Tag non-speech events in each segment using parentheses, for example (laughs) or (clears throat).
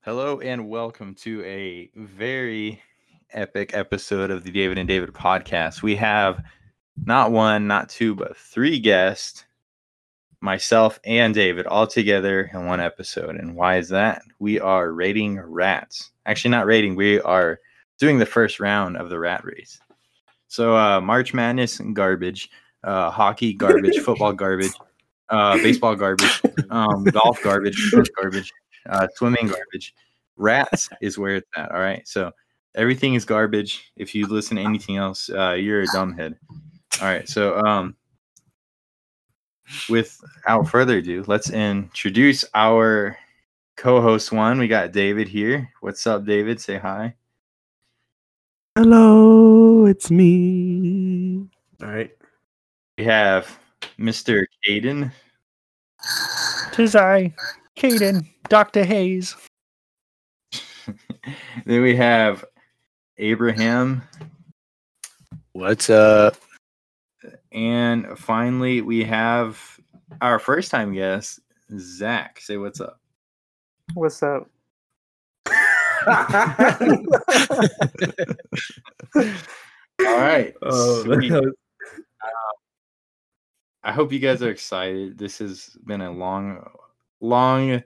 Hello and welcome to a very epic episode of the David and David podcast. We have not one, not two, but three guests, myself and David, all together in one episode. And why is that? We are rating rats. Actually, not rating, we are doing the first round of the rat race. So, uh, March Madness and garbage, uh, hockey garbage, football garbage, uh, baseball garbage, um, golf garbage, tennis garbage, uh, swimming garbage. Rats is where it's at. All right. So everything is garbage. If you listen to anything else, uh, you're a dumbhead. All right. So um, without further ado, let's introduce our co-host one. We got David here. What's up, David? Say hi. Hello, (laughs) it's me. All right. We have Mr. Caden. Tis I, Caden, Dr. Hayes. (laughs) then we have Abraham. What's up? And finally, we have our first time guest, Zach. Say what's up. What's up? Oh, All right. Oh, sweet. that was- I hope you guys are excited. This has been a long, long,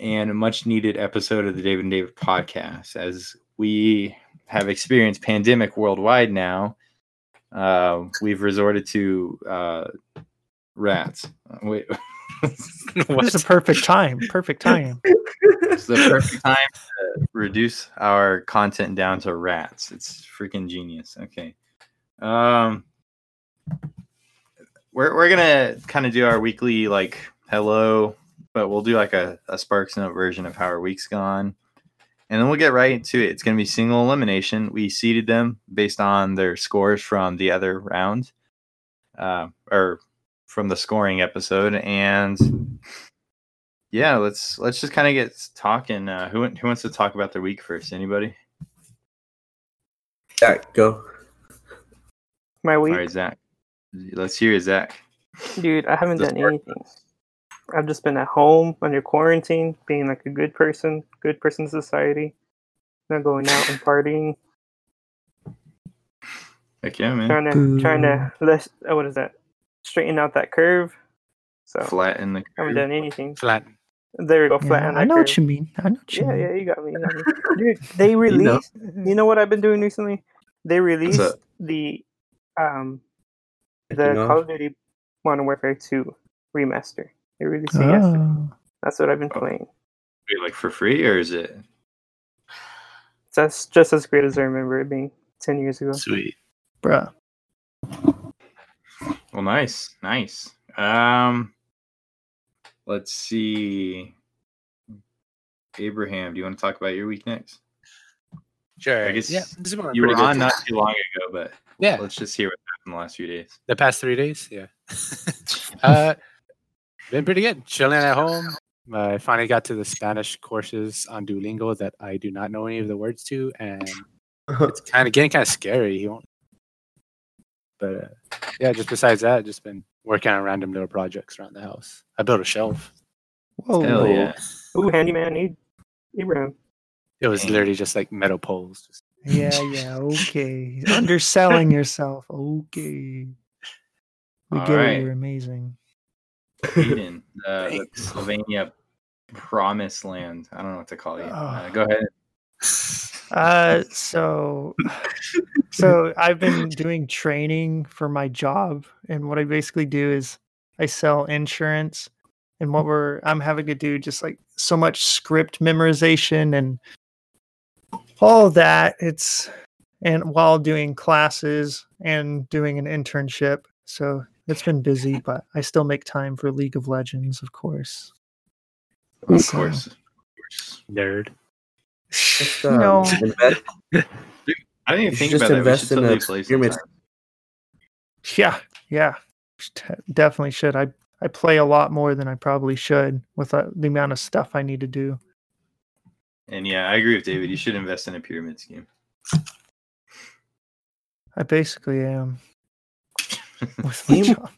and much needed episode of the David and David podcast as we have experienced pandemic worldwide now. Uh, we've resorted to uh, rats. Wait, This is What's the perfect time. (laughs) Perfect time. it's the perfect time to reduce our content down to rats. It's freaking genius. Okay. Um we're we're gonna kind of do our weekly like hello, but we'll do like a, a Sparks Note version of how our week's gone. And then we'll get right to it. It's gonna be single elimination. We seeded them based on their scores from the other round. Uh, or from the scoring episode and yeah let's let's just kind of get s- talking uh who, wa- who wants to talk about their week first anybody Zach, go. My week, all right zach let's hear zach dude. I haven't the done spark. anything. I've just been at home under quarantine, being like a good person, good person in society, not going out and partying, Heck yeah man trying to trying to less. Oh, what is that? Straighten out that curve. So flatten the I haven't curve. done anything. flat? There we go, Yeah, flatten. I that know curve. what you mean. I know what you Yeah, mean. yeah, you got me. you got (laughs) me. Dude, they released. know. You know what I've been doing recently? They released up? the um the Anything else? (laughs) Call of Duty Modern Warfare 2 remaster. They released it yesterday. Oh. That's what I've been Oh. playing. Wait, like for free or is it That's just as great as I remember it being ten years ago. Sweet. Bruh. well nice nice um let's see abraham do you want to talk about your week next Sure. I guess yeah, this is one you were pretty good on too. not too long ago but Yeah, let's just hear what happened the last few days (laughs) the past three days. (laughs) Yeah. uh, been pretty good. Chilling at home. I finally got to the Spanish courses on Duolingo that I do not know any of the words to, and it's kind of getting kind of scary. You won't. But uh, yeah, just besides that, just been working on random little projects around the house. I built a shelf. Whoa. Hell yeah. Ooh, handyman, he, Abraham. It was Dang. literally just like metal poles. Just Yeah, yeah, okay. Underselling yourself. Okay. We All get right. it. You're amazing. Eden, uh, the Thanks. Slovenia promised land. I don't know what to call you. Oh. Uh, Ugh. go ahead. Uh, so, so I've been doing training for my job, and what I basically do is I sell insurance. And what we're I'm having to do just like so much script memorization and all that. It's and while doing classes and doing an internship, so it's been busy, but I still make time for League of Legends, of course. Of So- course. Of course. nerd. (laughs) Just, You um, know, invest- I didn't You even should think just about that. We invest should in totally a play pyramid. sometime. Yeah, yeah, T- definitely should. I I play a lot more than I probably should with uh, the amount of stuff I need to do. And yeah, I agree with David. You should invest in a pyramid scheme. I basically (laughs) am with my Game- job.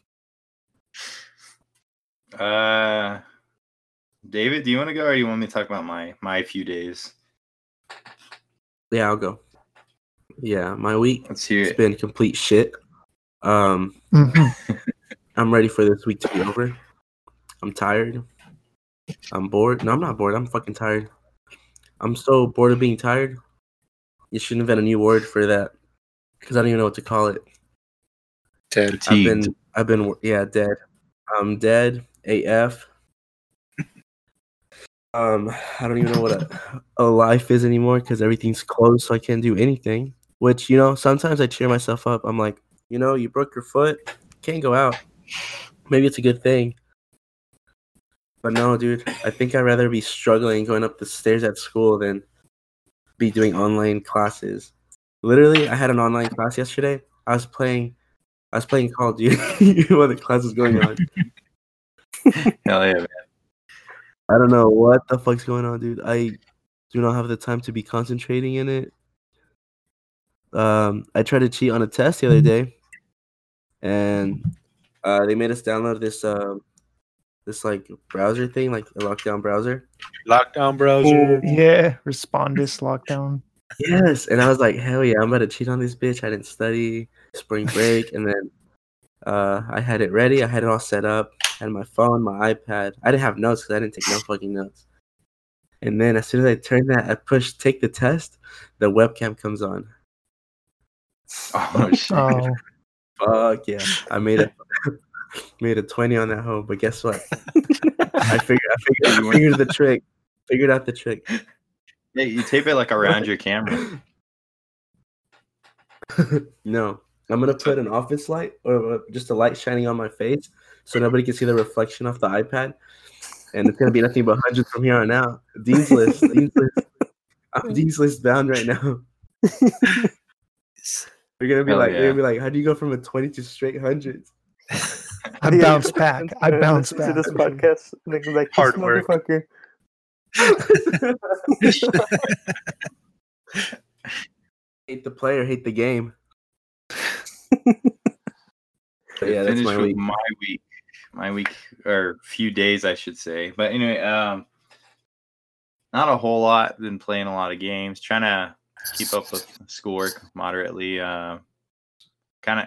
Uh, David, do you want to go or do you want me to talk about my my few days? Yeah, I'll go. Yeah, my week Let's hear has it. been complete shit. Um, Mhm. I'm ready for this week to be over. I'm tired. I'm bored. No, I'm not bored. I'm fucking tired. I'm so bored of being tired. You should invent a new word for that because I don't even know what to call it. Ted. I've Fatigued. been, I've been, wor- yeah, dead. I'm dead. AF. Um, I don't even know what a, a life is anymore because everything's closed, so I can't do anything. Which you know, sometimes I cheer myself up. I'm like, you know, you broke your foot, can't go out. Maybe it's a good thing. But no, dude, I think I'd rather be struggling going up the stairs at school than be doing online classes. Literally, I had an online class yesterday. I was playing I was playing Call of Duty (laughs) while the class was going on. Hell yeah, man. (laughs) I don't know what the fuck's going on, dude. I do not have the time to be concentrating in it. Um, I tried to cheat on a test the other day, and uh, they made us download this um, this like browser thing, like a lockdown browser. Lockdown browser. yeah, Respondus lockdown. Yes, and I was like, hell yeah, I'm about to cheat on this bitch. I didn't study spring break, and then uh, I had it ready. I had it all set up. had my phone, my iPad. I didn't have notes because I didn't take no fucking notes. And then as soon as I turned that, I pushed take the test. The webcam comes on. Oh shit. Oh, Fuck yeah, I made a (laughs) made a twenty on that home. But guess what? I figured I figured, I figured the trick. Figured out the trick. Hey, you tape it like around your camera. No, I'm gonna put an office light or uh, just a light shining on my face so nobody can see the reflection off the iPad, and it's gonna be nothing but hundreds from here on out. Dean's list, (laughs) Dean's list. I'm Dean's list bound right now. They're gonna be Hell like, yeah. they're gonna be like, how do you go from a twenty to straight hundreds? I Yeah, bounce listen back. I to- bounce uh, listen back. to this podcast. They can be like, Hard this work. (laughs) motherfucker. (laughs) Hate the player, hate the game. But yeah, that's Finish my with week. my week. My week or few days I should say. But anyway, um not a whole lot. Been playing a lot of games, trying to keep up with schoolwork moderately. Uh, kind of,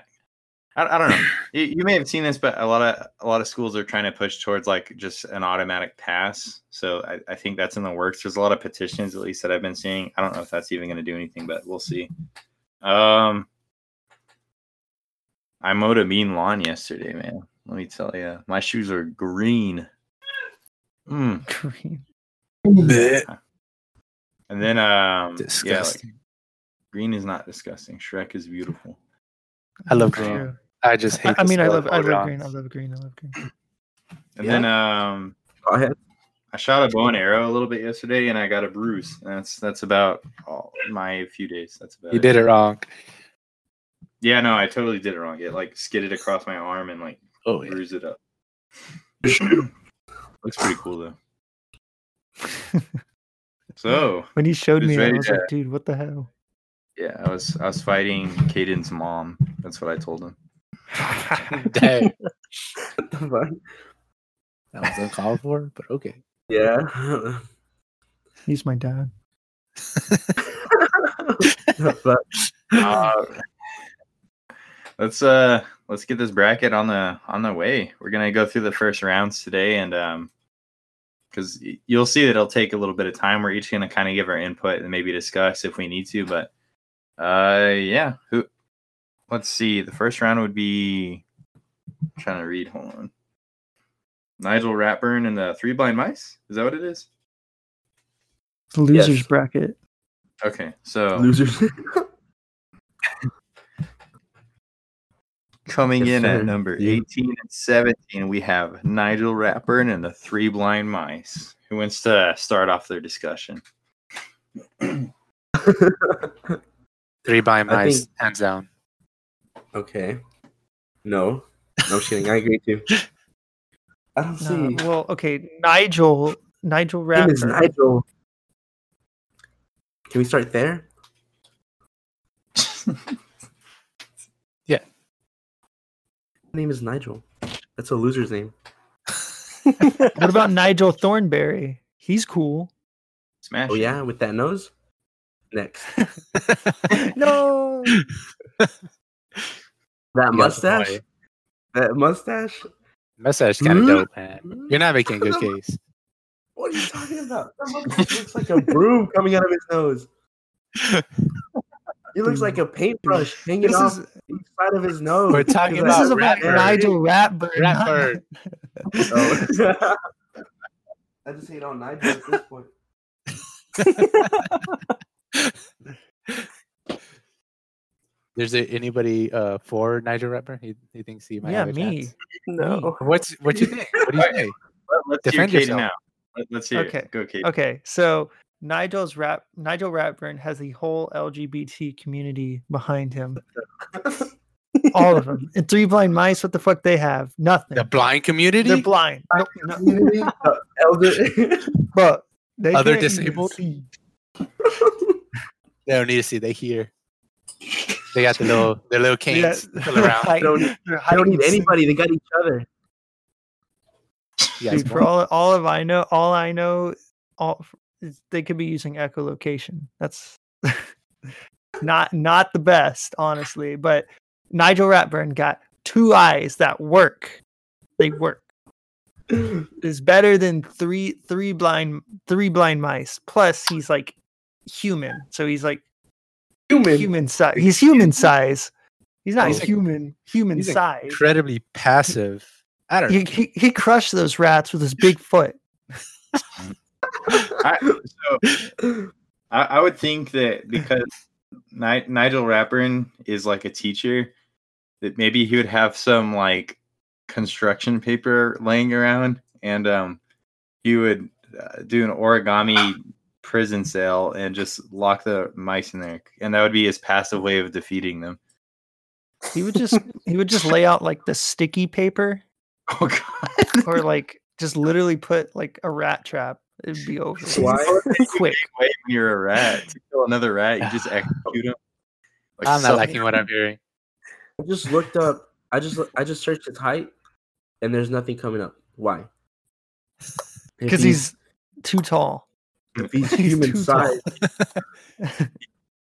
I, I don't know. (clears throat) You, you may have seen this, but a lot of a lot of schools are trying to push towards like just an automatic pass. So I, I think that's in the works. There's a lot of petitions, at least that I've been seeing. I don't know if that's even going to do anything, but we'll see. Um, I mowed a mean lawn yesterday, man. Let me tell you, my shoes are green. Mm. Green. Blech. And then, um, yeah, like, Disgusting. green is not disgusting. Shrek is beautiful. I love green. True. I just hate. I, I the mean, I smell love, of I love cologne. green. I love green. I love green. And then, um, Go ahead. (laughs) I shot a bow and arrow a little bit yesterday, and I got a bruise. And that's that's about all my few days. That's about You did it wrong. Yeah, no, I totally did it wrong. It like skidded across my arm and like Oh bruised it (clears throat) up. Sure. Looks pretty cool though. so When you showed Who's me that, I ready was to- like, dude, what the hell? yeah, I was I was fighting Caden's mom. That's what I told him. (laughs) Dang. What the fuck? That was uncalled for, but okay. Yeah. (laughs) He's my dad. (laughs) Oh. but Uh, let's uh let's get this bracket on the on the way. We're gonna go through the first rounds today, and um, because you'll see that it'll take a little bit of time. We're each gonna kind of give our input and maybe discuss if we need to. But uh, yeah. Who? Let's see. The first round would be I'm trying to read. Hold on. Nigel Ratburn and the Three Blind Mice. Is that what it is? The losers Yes. bracket. Okay, so losers. (laughs) Coming Yes, in at sir. number You- 18 and 17, we have Nigel Ratburn and the Three Blind Mice. Who wants to start off their discussion? Three by I mice, think- hands down. Okay. No. No, I'm just kidding. I agree too. (laughs) I don't No, see. Uh, well, okay, Nigel, Nigel Name is Ratburn. Nigel. Can we start (laughs) there? Oh, My name is Nigel. That's a loser's name. What about Nigel Thornberry? He's cool. Smash. Oh yeah, with that nose. Next, (laughs) No. that You got the mustache. boy. That mustache. (laughs) Mustache kind of Hmm? dope, man. You're not making a (laughs) good Mm. case. What are you talking about? (laughs) That motherfucker looks like a broom coming out of his nose. He looks like a paintbrush hanging This off is the side of his nose. We're talking this is about Ratbird. Nigel Ratbird. not- Ratbird. (laughs) Oh. (laughs) I just hate on Nigel at this point. There's a, anybody uh, for Nigel Ratbird? He, he thinks he might. Yeah, have a me. chance? no. What's what you think? What do you think? Let, us Defend hear Katie yourself. now. Let, let's hear. Okay. It. Go, Katie. Okay, so Nigel's rap Nigel Ratburn has the whole LGBT community behind (laughs) him. All of them. And three blind mice, what the fuck they have? Nothing. The blind community. They're blind. No, no, Community, (laughs) the (laughs) (laughs) elder. bro, they Other can't even disabled? see. they don't need to see. They hear. They got the little the little Yeah, canes still they're (laughs) around. hiding- Don't- they're I don't hiding need sin- anybody. They got each other. You guys Dude, for want- all, all of I know, all I know, all f- is they could be using echolocation. That's (laughs) not not the best, honestly. But Nigel Ratburn got two eyes that work. They work. Is better than three three blind three blind mice. Plus, he's like human, so he's like Human. human size. He's human size. He's not He's a- human human he's a size. incredibly passive. I don't know. He, he he crushed those rats with his big foot. I, so I, I would think that because Ni- Nigel Rapperin is like a teacher, that maybe he would have some like construction paper laying around, and um, he would uh, do an origami prison cell and just lock the mice in there, and that would be his passive way of defeating them. (laughs) He would just he would just lay out like the sticky paper Oh god! (laughs) or like just literally put like a rat trap. It'd be over. with. Why? (laughs) Quick. Wait, when you're a rat, to kill another rat, you just execute him. Like, I'm not some- liking what I'm hearing. I just looked up. I just I just searched his height, and there's nothing coming up. (laughs) Why? If Because he's too tall. if he's (laughs) he's human too size.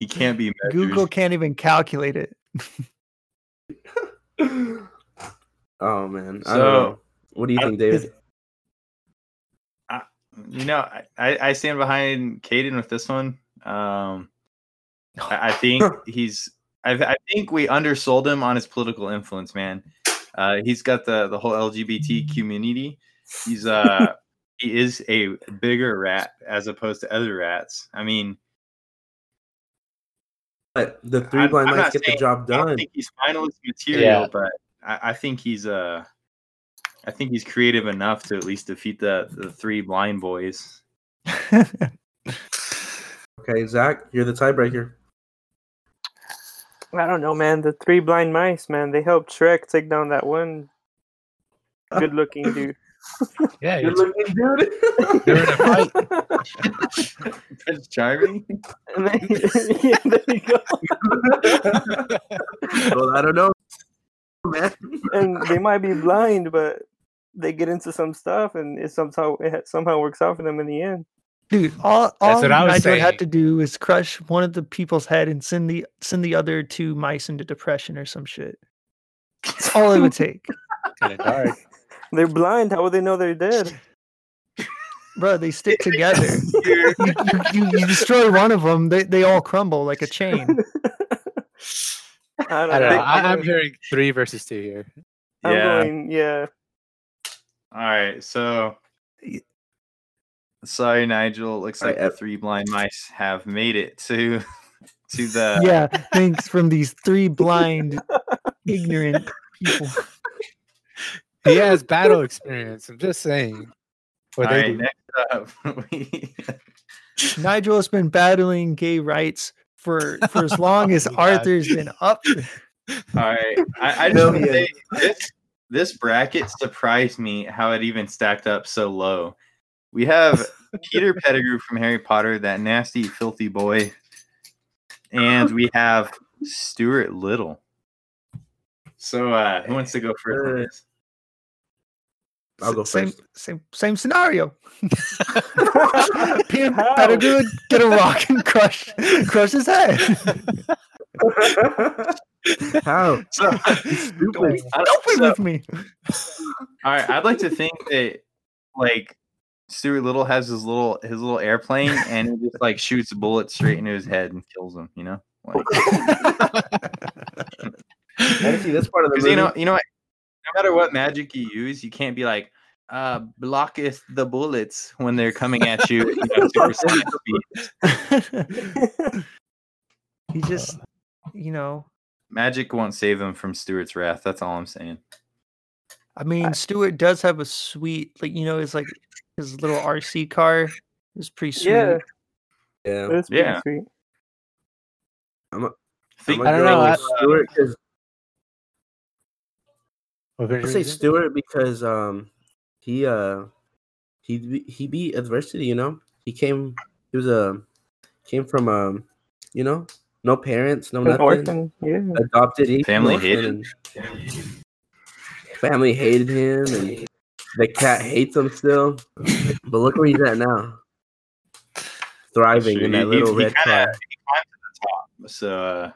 He can't be measured. Google can't even calculate it. (laughs) Oh man. I So- don't know. What do you I- think, David? you know, I, I I stand behind Caden with this one. Um, I, I think he's. I, I think we undersold him on his political influence, man. Uh, he's got the the whole LGBT community. He's uh he is a bigger rat as opposed to other rats. I mean, But the three I'm- blind I'm mice not get saying- the job I don't done. think he's finalist material, Yeah. but I, I think he's uh I think he's creative enough to at least defeat the the three blind boys. Okay, Zach, you're the tiebreaker. (laughs) I don't know, man. The three blind mice, man, they helped Shrek take down that one good looking (laughs) dude. Yeah, Good you're, looking dude. you're in a fight. That's charming. (laughs) And then, (laughs) yeah, there you go. well, I don't know, (laughs) man. And they might be blind, but they get into some stuff and it somehow it ha- somehow works out for them in the end. Dude, all, all what I was Nigel had saying. to do is crush one of the people's head and send the send the other two mice into depression or some shit. That's all (laughs) it would take. kind (laughs) of dark. They're blind. How would they know (laughs) they're dead? Bro, they (laughs) stick together. you, you, you, you destroy one of them, they, they all crumble like a chain. I don't know. I, I'm I'm hearing three versus two here. I'm yeah. going, yeah. (laughs) All right. So Y- sorry, Nigel. Looks All like right, the Ev- three blind mice have made it to (laughs) to the (laughs) yeah, thanks from these three blind, ignorant people. He has battle experience. I'm just saying. What All they right, do- next up, (laughs) we, Nigel has been battling gay rights for for as long (laughs) as Oh, He has. Arthur's been up. all right. I, I just Hell want to yeah. say this this bracket surprised me how it even stacked up so low. We have Peter Pettigrew from Harry Potter, that nasty, filthy boy, and we have Stuart Little. So, uh, who wants to go first? on Uh, this? I'll go same, first. Same, same scenario. (laughs) Peter How? Pettigrew would get a rock and crush, crush (laughs) his head. How? So, Don't, Stupid. don't play with me. All right, I'd like to think that like Stuart Little has his little his little airplane and he just like shoots a bullet straight into his head and kills him. You know, like, I didn't see this part of the 'cause movie. you know, you know what? No matter what magic you use, you can't be like uh blocketh the bullets when they're coming at you. you know, (laughs) super saiyan speed. he just, you know, Magic won't save him from Stuart's wrath. That's all I'm saying. I mean, Stewart does have a sweet, like you know, his like his little RC car is pretty sweet. yeah, yeah. that's pretty Yeah. sweet. Think- I don't know, I- Stewart, 'cause- What I version say is it? Stewart because um he uh he be- he beat adversity, you know. He came he was a came from um you know no parents, no An nothing. orphan, yeah. Adopted. he- Family orphan hated and- Family hated him, and the cat hates him still. But look where he's at now, thriving in He- he- that little he red kinda- car. he climbed to the top. So uh,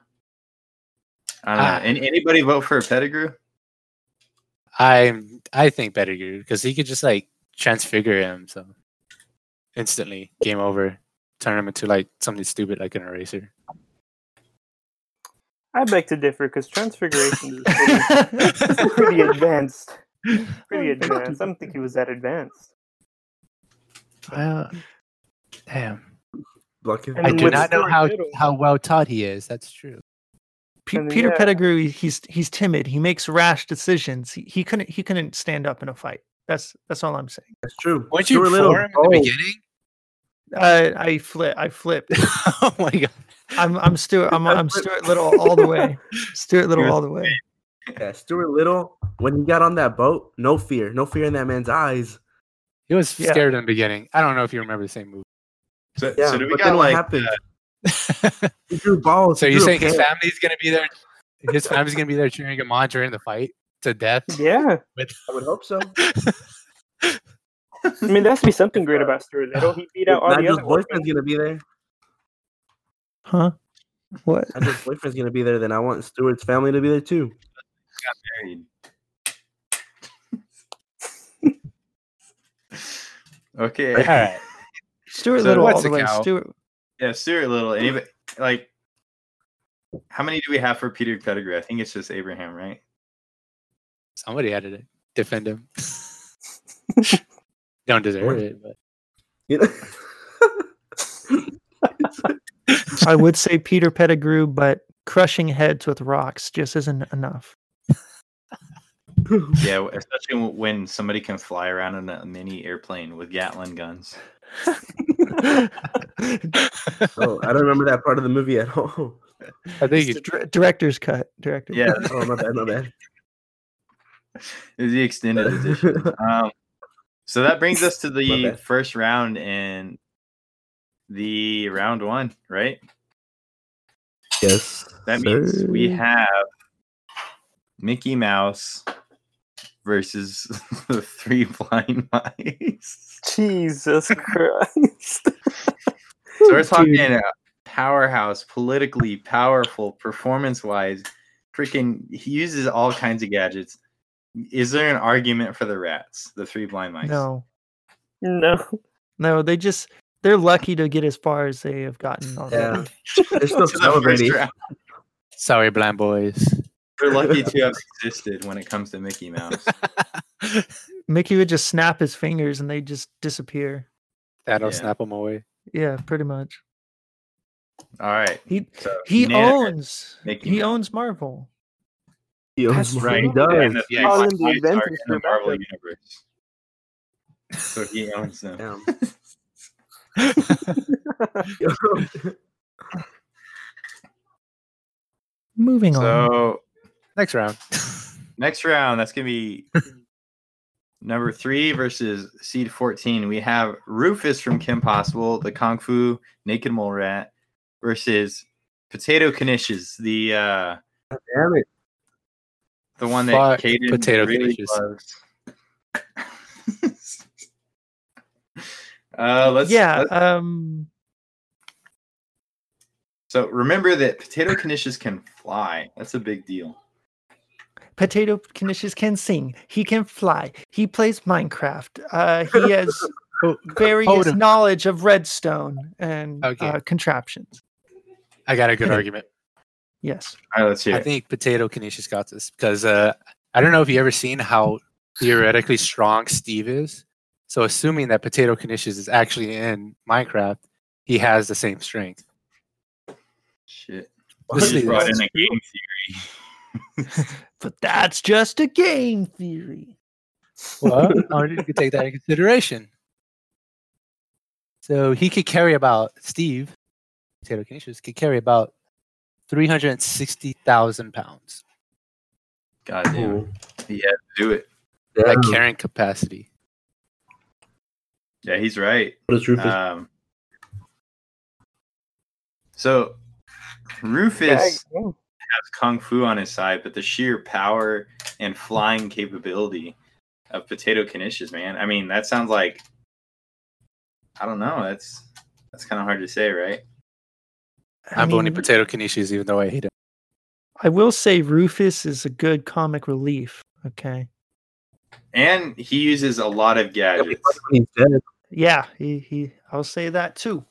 I Ah. don't know. Any, anybody vote for a Pettigrew? I I think Pettigrew because he could just like transfigure him so instantly game over, turn him into like something stupid like an eraser. (laughs) I beg to differ because transfiguration is (laughs) pretty, pretty advanced. Pretty advanced. I don't think he was that advanced. Well, damn, Block his- And I do with not know Stuart how Little- how well taught he is. That's true. Pe- And then, Peter yeah. Pettigrew, he- he's he's timid. He makes rash decisions. He, he couldn't he couldn't stand up in a fight. That's that's all I'm saying. That's true. Weren't you Stuart for Little, him in the oh, beginning? Uh, I flip. I flipped. oh my god! I'm I'm Stuart. I'm I'm Stuart Little all the way. Stuart Little You're- all the way. Yeah, Stuart Little, when he got on that boat, no fear, no fear in that man's eyes. He was Yeah. scared in the beginning. I don't know if you remember the same movie. So, Yeah, so do we but got then like what uh, happened? so He drew balls. he you're drew a saying his pair. family's gonna be there? His family's gonna be there cheering him on during the fight to death. Yeah, I would (laughs) hope so. I mean there has to be something great about Stuart Little. He beat out all the Nigel's other boyfriend's orphans. gonna be there. Huh? What? Nigel's boyfriend's gonna be there. Then I want Stewart's family to be there too. (laughs) married. okay. All right. Stuart So Little all what's the a way. cow? Stuart. Yeah, Stuart Little. Anybody like how many do we have for Peter Pettigrew? I think it's just Abraham, right? Somebody had to defend him. Don't deserve it, but You know? I would say Peter Pettigrew, but crushing heads with rocks just isn't enough. Yeah, w- especially w- when somebody can fly around in a mini airplane with Gatlin (laughs) guns. oh, I don't remember that part of the movie at (laughs) all. I think It's you the dir- director's cut. Director. Yeah, Oh my bad, (laughs) my bad. it's the extended edition. Um, so that brings us to the bad. first round and the round one, right? (laughs) yes. That means we sir. have Mickey Mouse versus (laughs) the three blind (laughs) mice. Jesus (laughs) Christ. So we're talking a powerhouse, politically powerful, performance wise. Freaking, he uses all kinds of gadgets. Is there an argument for the rats, the three blind mice? No, No. no, they just they're lucky to get as far as they have gotten already. They're (laughs) To still the first celebrating. round. sorry, blind boys. They're lucky to have existed when it comes to Mickey Mouse. Mickey would just snap his fingers and they just disappear. That'll Yeah. snap him away. Yeah, pretty much. All right. He So he unanimous owns Mickey he Mouse. owns Marvel. He owns That's more- right. He And does. the three All blind in the mice are adventures in the for Marvel backup. universe. So he owns them. Damn. (laughs) Oh, Moving on. So Next round. next round, that's gonna be number three versus seed fourteen. We have Rufus from Kim Possible, the Kung Fu Naked Mole Rat, versus Potato Knishes, the uh Damn it. the one that Fuck Caden Potato really Knishes. loves. (laughs) Uh, let's yeah. let's- Um. so remember that potato canishes can fly. That's a big deal. Potato Canisius can sing. He can fly. He plays Minecraft. Uh, he has (laughs) various Odin. knowledge of redstone and Okay. uh, contraptions. I got a good argument. Yes. All right, let's hear. I it. think Potato Canisius got this because uh, I don't know if you ever seen how theoretically strong Steve is. So assuming that Potato Canisius is actually in Minecraft, he has the same strength. Shit. This This is- brought in a game But that's just a game theory. (laughs) Well, I you could take that into consideration. So he could carry about Steve, Potato Canisius could carry about three hundred sixty thousand pounds. God damn. it. He had to do it. Yeah, That carrying capacity. Yeah, he's right. what is Rufus? Um, so Rufus has Yeah, I- kung fu on his side, but the sheer power and flying capability of Potato Canisius, man. I mean, that sounds like I don't know. That's that's kind of hard to say, right? I I'm voting mean, Potato Canisius, even though I hate him. I will say Rufus is a good comic relief. Okay. And he uses a lot of That'd be gadgets, funny when he's dead. Yeah. He. He. I'll say that too.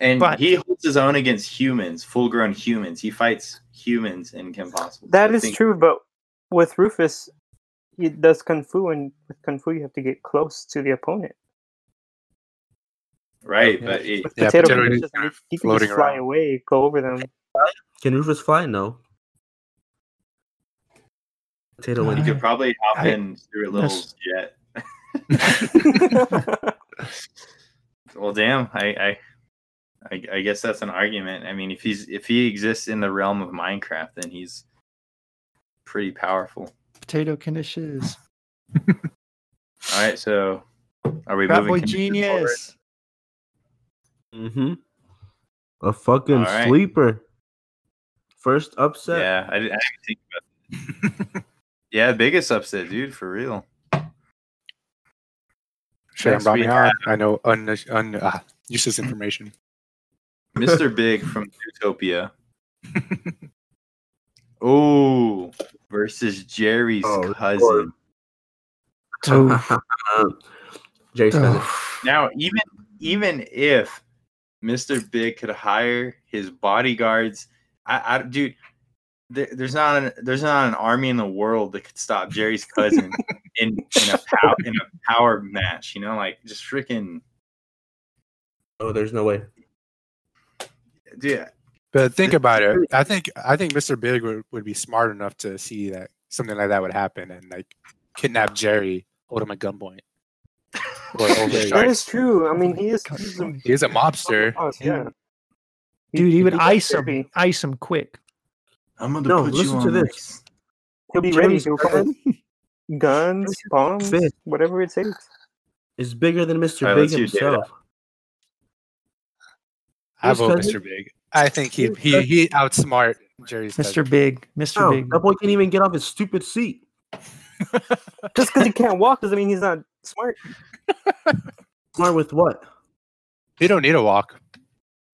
and But- he holds his own against humans, full-grown humans. He fights humans in Kim Possible. that I is think- true, but with Rufus, he does kung fu, and with kung fu, you have to get close to the opponent. right? Yeah. But it, With Yeah, potato, potato Canisius, is I mean, he can floating just fly around. away, go over them. Can Rufus fly? No. Potato he went. could probably hop I- in through a little that's- jet. Well, damn. I, I, I, I guess that's an argument. I mean, if he's if he exists in the realm of Minecraft, then he's pretty powerful. (laughs) Potato Canisius. All right. So, are we Frat moving? boy conditions forward? (laughs) genius. Mm-hmm. A fucking All right. sleeper. First upset. Yeah, I didn't, I didn't think about. (laughs) That. yeah, biggest upset, dude, for real. Should I Next brought we me on? I know un, un, uh, (clears throat) useless information. (laughs) Mister Big from Utopia. oh, versus Jerry's Oh, cousin. Lord. Oof. (laughs) Jerry Spencer. Oof. Now, even even if Mr. Big could hire his bodyguards, I, I dude, there, there's not an, there's not an army in the world that could stop Jerry's (laughs) cousin in in a pow, in a power match. You know, like just freaking Oh, there's no way. dude. But think about it. I think I think Mr. Big would, would be smart enough to see that something like that would happen and like kidnap Jerry, hold him at gunpoint. (laughs) Or that overcharge. is true. I mean, he is. Come he's a- on. He's a mobster. Oh, yeah. Dude, he would does ice him. dirty. Ice him quick. I'm gonna No, listen to this. He'll be ready. He'll come with (laughs) guns, bombs, Fist. whatever it takes. It's bigger than Mr. All right, Big let's hear David. himself. I Who's vote cousin? Mr. Big. I think he he he outsmart Jerry's Mr. cousin. Big. Mr. No, Big. that boy can't even get off his stupid seat. Just because he can't walk doesn't mean he's not smart. Smart with what? He don't need a walk. (laughs)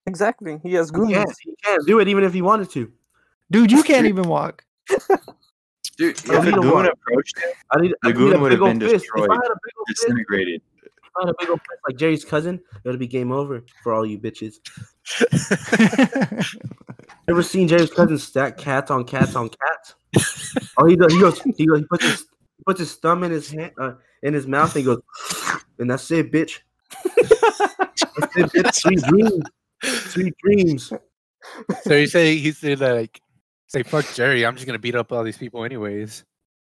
Exactly. He has He goons. can't, he can't do it even if he wanted to. Dude, you can't even walk. Dude, I if a need a goon one. approached him, I need, I The goon need a would big have old been fist. If I destroyed. had a big old fist, if disintegrated. I had a big old fist like Jerry's cousin, it would be game over for all you bitches. Ever seen Jerry's cousin stack cats on cats on cats? Oh, he does. He goes. He goes. He puts his he puts his thumb in his hand uh, in his mouth and he goes, and that's it, bitch. That's it, bitch. Sweet dreams. Sweet dreams. So you say he's they're like say fuck Jerry, I'm just gonna beat up all these people anyways.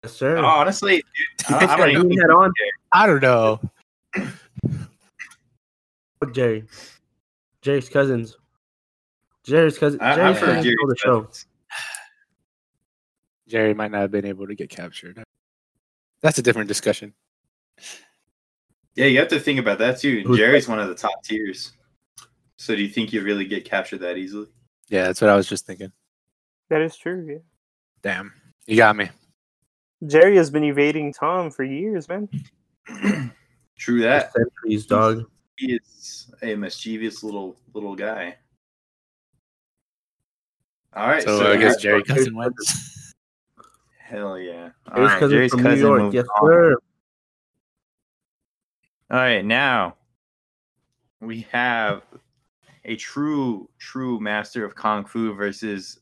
Yes, sir. Honestly, dude, I, I Got (laughs) don't a even goon hat on. I don't know. Fuck Jerry. Jerry's cousins. Jerry's cousin. I, Jerry's I've heard cousins Jerry's stole the show. cousins. Jerry might not have been able to get captured. That's a different discussion. Yeah, you have to think about that too. Who's- Jerry's one of the top tiers. So, do you think you really get captured that easily? (clears throat) Yeah, that's what I was just thinking. That is true. Yeah. Damn, you got me. Jerry has been evading Tom for years, man. True for that. Centuries, dog. He is a mischievous little little guy. All right, So I guess yeah, Jerry Cousin wins. Hell yeah! It was All right, because Jerry's from New cousin York. moved Yes, on. sir. All right, now we have a true, true master of kung fu versus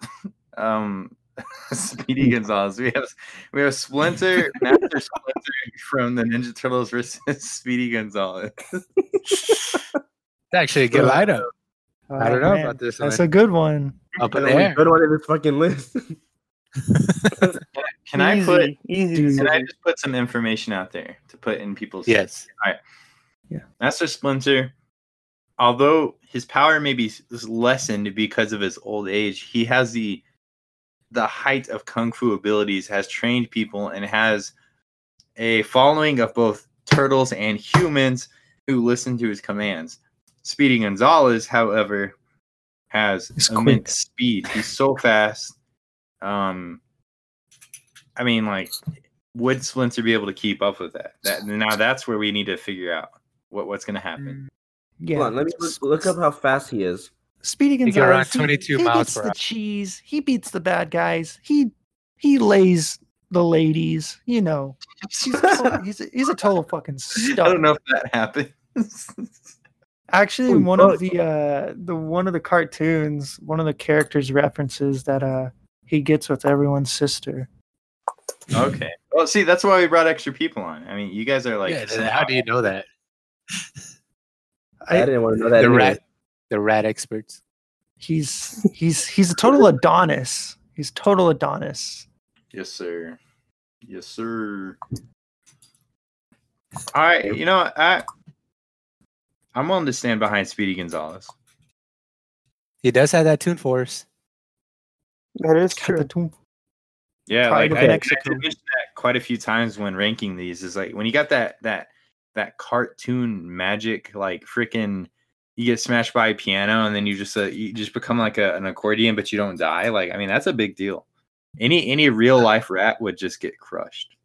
(laughs) um (laughs) Speedy Gonzalez. We have we have Splinter, Master Splinter from the Ninja Turtles versus (laughs) Speedy Gonzalez. It's actually a good lineup. I don't know man, about this That's one. a good one. Up in The the only air. good one in this (laughs) fucking list. Can I put Easy, easy? can I decision. just put some information out there to put in people's Yes. Master Splinter, although his power may be s- is lessened because of his old age, he has the the height of kung fu abilities, has trained people, and has a following of both turtles and humans who listen to his commands. Speedy Gonzalez, however, has He's quick. immense speed. He's so fast. Um, I mean, like, would Splinter be able to keep up with that? that now that's where we need to figure out what what's gonna happen. Yeah. Hold on, let me look, look up how fast he is. Speedy He Gonzalez. got around he- 22 he miles beats per the hour. cheese. He beats the bad guys. He he lays the ladies. You know, he's a total, he's, a, he's a total fucking I stud. don't know if that happens. Actually, Holy in one fuck. of the uh, the one of the cartoons, one of the characters references that uh, he gets with everyone's sister. (laughs) okay. Well, see, that's why we brought extra people on. I mean, you guys are like, yeah, then how do you know that? I, I- didn't want to know that. The either. rat, the rat experts. (laughs) He's he's he's a total Adonis. He's total Adonis. yes, sir, yes, sir. All right, you know, what? I I'm willing to stand behind Speedy Gonzalez. He does have that tune for us. That is Got the true. two- Yeah, like Pride of I, I Mexico. did mention that quite a few times when ranking these is like when you got that that that cartoon magic like freaking you get smashed by a piano and then you just uh, you just become like a, an accordion but you don't die like I mean that's a big deal. Any any real life rat would just get crushed.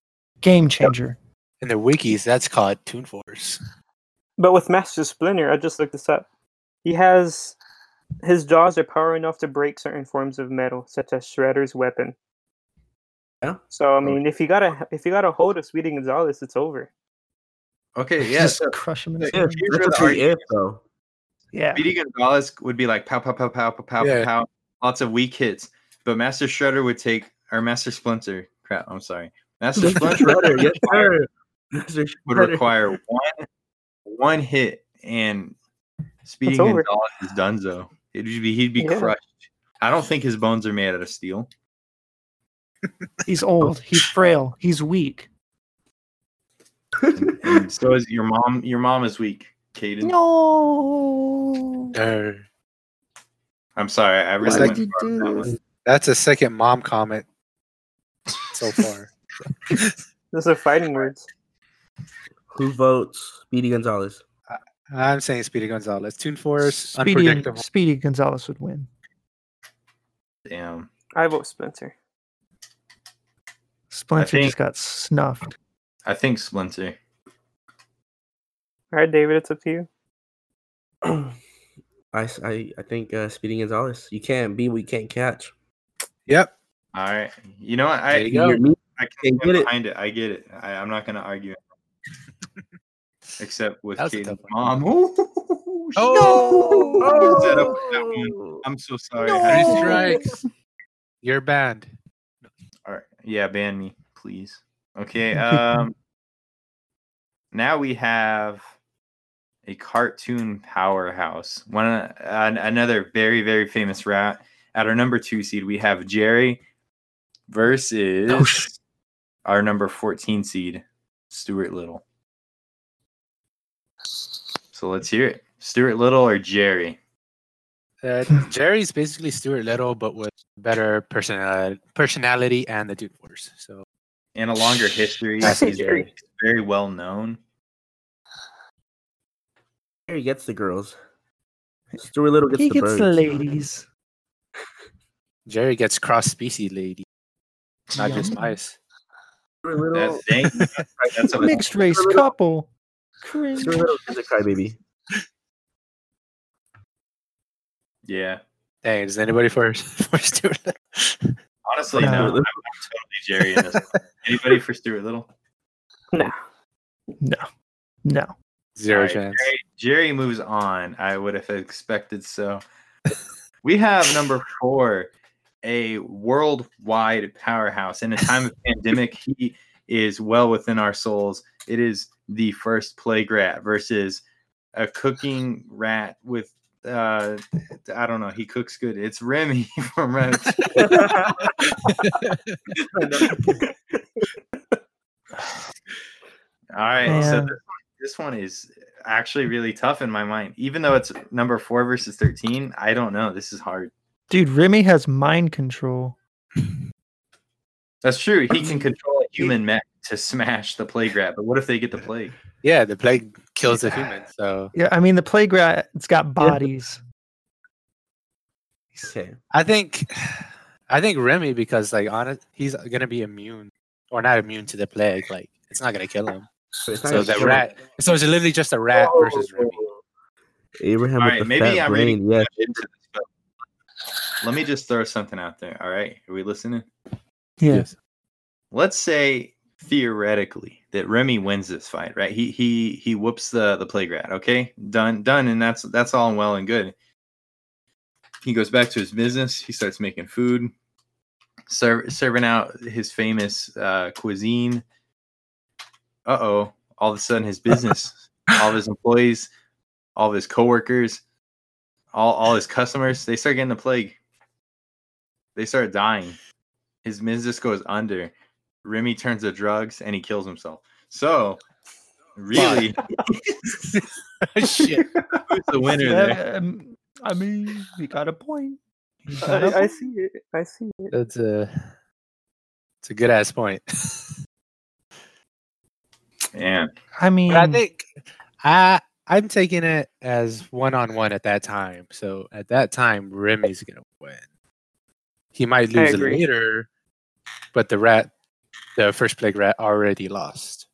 Game changer. In the wikis, that's called tune force. But with Master Splinter, I just looked this up. He has his jaws are power enough to break certain forms of metal, such as Shredder's weapon. Yeah. So I mean, if you got a if you got a hold of Speedy Gonzalez, it's over. Okay, yeah. Just (laughs) So crush him in the Yeah, Yeah, stomach. Here's that's where the a pretty if though. Yeah. BD Gonzalez would be like pow pow pow pow pow pow Yeah. pow, lots of weak hits. But Master Shredder would take or Master Splinter, crap, I'm sorry. (laughs) Master Splinter Shredder, yes, sir. Mr. would Shredder. require one one hit and Speedy It's over. Gonzalez is Dunzo. It'd just be he'd be Yeah. crushed. I don't think his bones are made out of steel. He's Oh, old. He's frail. He's weak. And, and so is your mom. Your mom is weak, Caden. No. Durr. I'm sorry. I really Why went did far you with that do one. this? That's a second mom comment so far. (laughs) Those are fighting words. Who votes Speedy Gonzalez? I'm saying Speedy Gonzalez. Tune force, Speedy, unpredictable. Speedy Gonzalez would win. Damn. I vote Spencer. Splinter think- just got snuffed. I think Splinter. All right, David, it's up to you. (clears throat) I, s- I- I think uh, Speedy Gonzalez. You can't be what you can't catch. Yep. All right. You know what? I There you go. Me- I Hey, can get get it. behind it. I get it. I, I'm not gonna (laughs) argue. Except with That was a tough Caden's one. mom. (laughs) Ooh, she- Oh! Set up with that one. I'm so sorry. I Three just- strikes. You're banned. All right. Yeah, ban me, please. (laughs) Okay. Um now we have a cartoon powerhouse. One an, another very very famous rat. At our number 2 seed, we have Jerry versus Oh, our number 14 seed, Stuart Little. So let's hear it. Stuart Little or Jerry? Uh, Jerry's basically Stuart Little, but with better personality, personality and the Duke Force. So And a longer history. I say He's Jerry. very- very well known. Harry gets the girls. Stuart Little gets he the gets birds. the ladies. Jerry gets cross species lady, not just mice. Stuart Little, (laughs) That's, dang, that's, that's a Mixed race couple. Cringe. Stuart Little is a crybaby. Yeah. Dang, is anybody for (laughs) for Stuart? Little? Honestly, Uh, no. I'm, I'm Little. totally Jerry in this. one. (laughs) Anybody for Stuart Little? Nah. No, no. Zero Alright, chance. Jerry, Jerry moves on. I would have expected so. we have number four, a worldwide powerhouse. In a time of pandemic, he is well within our souls. It is the first plague rat versus a cooking rat with uh I don't know, he cooks good. It's Remy (laughs) from Remy. All right, so Man. this one, this one is actually really tough in my mind. Even though it's number four versus thirteen, I don't know. This is hard. Dude, Remy has mind control. That's true. He can control a human mech to smash the plague rat, but what if they get the plague? Yeah, the plague kills the human. So Yeah, I mean the plague rat, it's got bodies. Okay. I think, I think Remy because like honest, he's gonna be immune or not immune to the plague. Like it's not gonna kill him. So, it's not So gonna that kill rat. So it's literally just a rat versus Remy. (laughs) Abraham All with right, the maybe fat I'm brain. reading Yes. into this, but let me just throw something out there. All right, are we listening? Yeah. Let's say theoretically that Remy wins this fight, right? He he he whoops the the plague rat. Okay, done done, and that's that's all well and good. He goes back to his business. He starts making food, serv- serving out his famous uh, cuisine. Uh oh! All of a sudden, his business all of his employees, all of his coworkers, all all his customers, they start getting the plague. They start dying. His business goes under. Remy turns to drugs and he kills himself. So, really, Shit. who's the winner there? (laughs) Yeah, um, I mean, he got a point. He got a I, I point. see it. I see it. That's a. It's a good ass point. (laughs) Man, I mean, But I think I I'm taking it as one on one at that time. So at that time, Remy's gonna win. He might lose it agree. later, but the rat, the first plague rat, already lost.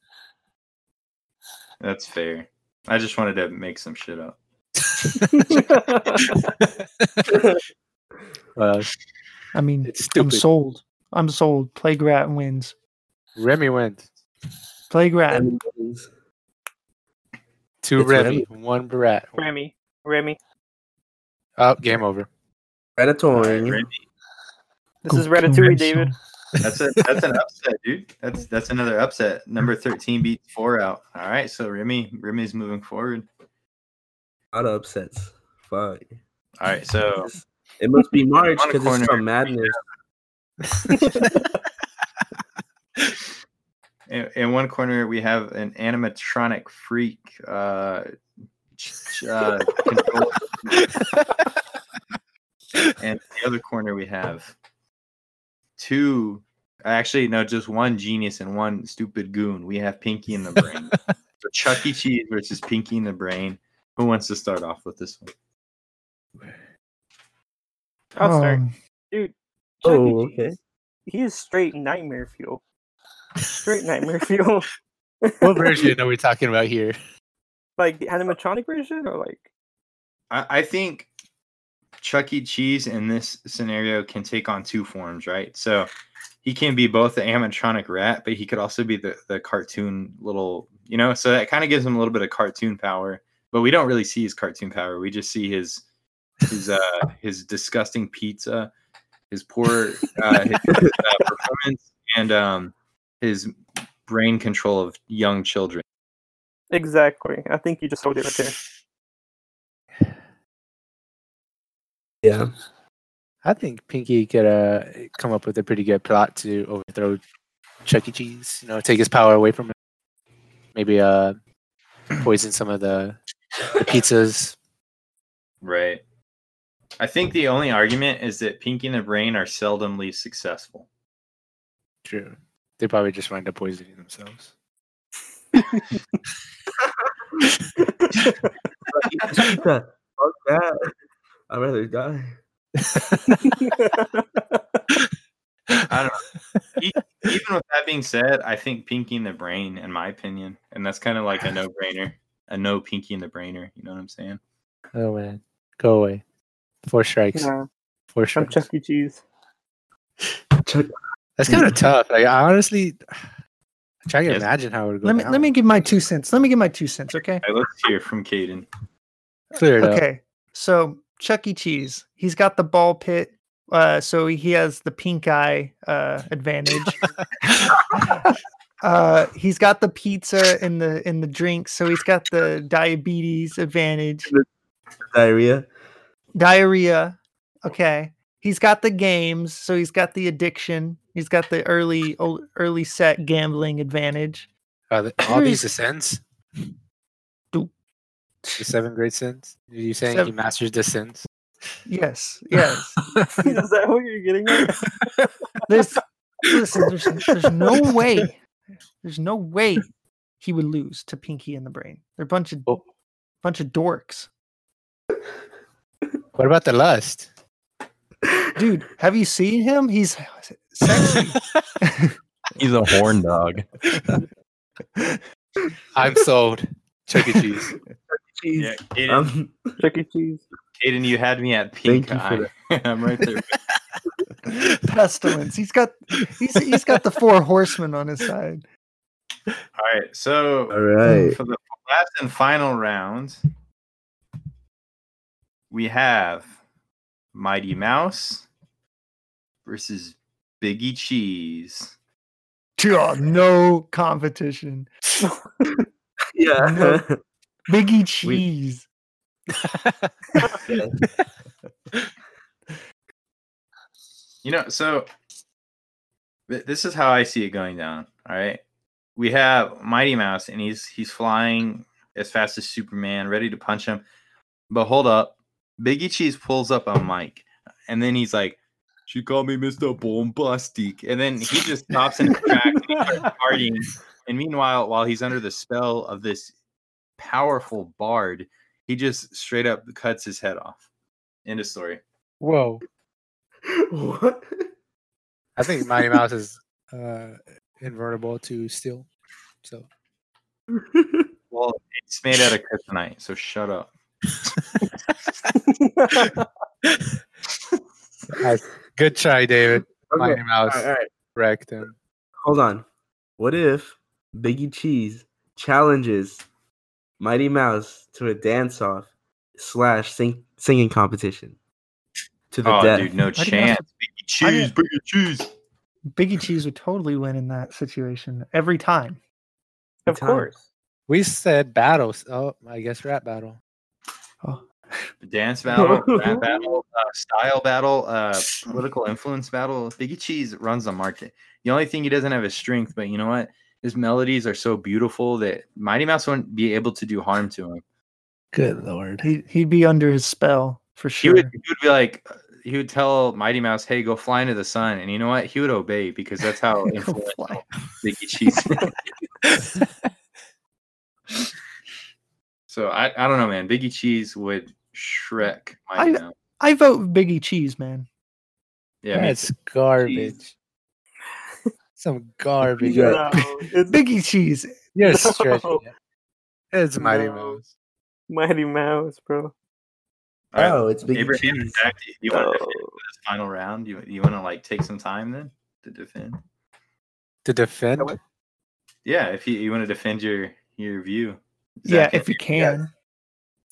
that's fair. I just wanted to make some shit up. well, I mean, it's I'm stupid. sold. I'm sold. Plague rat wins. Remy wins. Plague rat. Two It's Remy, one rat. (laughs) Remy. Remy. Oh, game over. All right, Ratatouille. Remy, This is Ratatouille, David. that's a that's an upset, dude. That's that's another upset. Number thirteen beats four out. All right, so Remy Remy's moving forward. A lot of upsets. Fuck. All right, so It must (laughs) be March On a because it's corner. from Madness. in, in one corner we have an animatronic freak uh, ch- ch- uh control- and the other corner we have two actually no just one genius and one stupid goon we have pinky in the brain so chuck e cheese versus pinky in the brain who wants to start off with this one I'll start. Um, Dude. Chuck E. Oh, okay. Cheese, He is straight nightmare fuel. Straight nightmare (laughs) fuel. What version are we talking about here? like the animatronic version or like I, I think Chuck E. Cheese in this scenario can take on two forms, right? So he can be both the animatronic rat, but he could also be the, the cartoon little, you know, so that kind of gives him a little bit of cartoon power. But we don't really see his cartoon power. We just see his his uh his disgusting pizza, his poor uh, his, uh performance, and um his brain control of young children. exactly. I think you just sold it right there. Yeah. I think Pinky could uh, come up with a pretty good plot to overthrow Chuck E. Cheese. You know, take his power away from him. Maybe (clears throat) uh, poison some of the, the pizzas. Right. I think the only argument is that Pinky and the Brain are seldomly successful. True. They probably just wind up poisoning themselves. Fuck that. I'd rather die. I don't know. E- Even with that being said, I think Pinky and the Brain, in my opinion, and that's kind of like a no brainer. a no pinky in the brainer. You know what I'm saying? Oh man, go away. Four strikes. Nah, Four I'm strikes. Chuck E. (laughs) Cheese. (laughs) That's kind of tough. Like I honestly, (sighs) I'm trying to Yes. imagine how it would go. Let me let down. me give my two cents. Let me give my two cents, okay? All right, let's hear from Caden. clear it up. Okay. So Chuck E. Cheese, he's got the ball pit. Uh, so he has the pink eye uh, (laughs) advantage. uh, he's got the pizza and the and the drinks, so he's got the diabetes advantage. (laughs) Diarrhea. Diarrhea, okay. He's got the games, so he's got the addiction. He's got the early ol- early set gambling advantage. Are the- (clears throat) all these the sins. Do- The seven great sins. Are you saying he Seven- masters the sins? Yes, yes. Is that what you're getting (laughs) at? (laughs) There's, listen, there's, there's no way, there's no way he would lose to Pinky and the Brain. They're a bunch of Oh. bunch of dorks, What about the lust? dude. Have you seen (laughs) him? He's sexy. He's a horn dog. (laughs) I'm sold. Chuck E. Cheese. Yeah, Caden, Um, Chuck E. Cheese. Caden, you had me at Thank pink you for eye. (laughs) I'm right there. Pestilence. He's got he's he's got the four horsemen on his side. All right, so all right. (laughs) For the last and final round, we have Mighty Mouse versus Biggie Cheese. Oh, no competition. Yeah. Biggie cheese. You know, so th- this is how I see it going down. All right, we have Mighty Mouse, and he's he's flying as fast as Superman, ready to punch him. But hold up, Biggie Cheese pulls up a mic, and then he's like, "She called me Mister Bombastic," and then he just stops in his tracks and he starts partying. And meanwhile, while he's under the spell of this powerful bard, he just straight up cuts his head off. End of story. (laughs) Whoa. (laughs) what? I think Mighty Mouse is uh, invertible to steel. So (laughs) Well, it's made out of kryptonite, so shut up. I- good try, David. Okay. Mighty Mouse All right, all right. wrecked him. Hold on. What if Biggie Cheese challenges Mighty Mouse to a dance off slash sing- singing competition to the Oh, death? dude, no do you chance. have Biggie how do you- cheese, biggie cheese. Biggie cheese would totally win in that situation every time. Of Time. course. We said battles. Oh, I guess rap battle. Dance battle, (laughs) rap battle, uh, style battle, uh, political influence battle. Biggie Cheese runs the market. The only thing he doesn't have is strength, but you know what? His melodies are so beautiful that Mighty Mouse wouldn't be able to do harm to him. Good lord. He he'd be under his spell for He sure. would, he would be like, uh, he would tell Mighty Mouse, "Hey, go fly into the sun," and you know what? He would obey because that's how (laughs) Go influential fly. Biggie (laughs) Cheese. is. so I, I don't know, man. Biggie Cheese would Shrek Mighty I- Mouse. I vote Biggie Cheese, man. Yeah, me (laughs) That's garbage. Some garbage. Yeah. No, it's Biggie Cheese. You're No. (laughs) stretching it. It's Mighty No. Mouse. Mighty Mouse, bro. All right. Oh, it's Biggie Abraham, Cheese. Zach, do you want to Oh. defend for this final round? You you want to like take some time then to defend? To defend? what- Yeah, if you, you want to defend your your view. Yeah, Zach, if you can.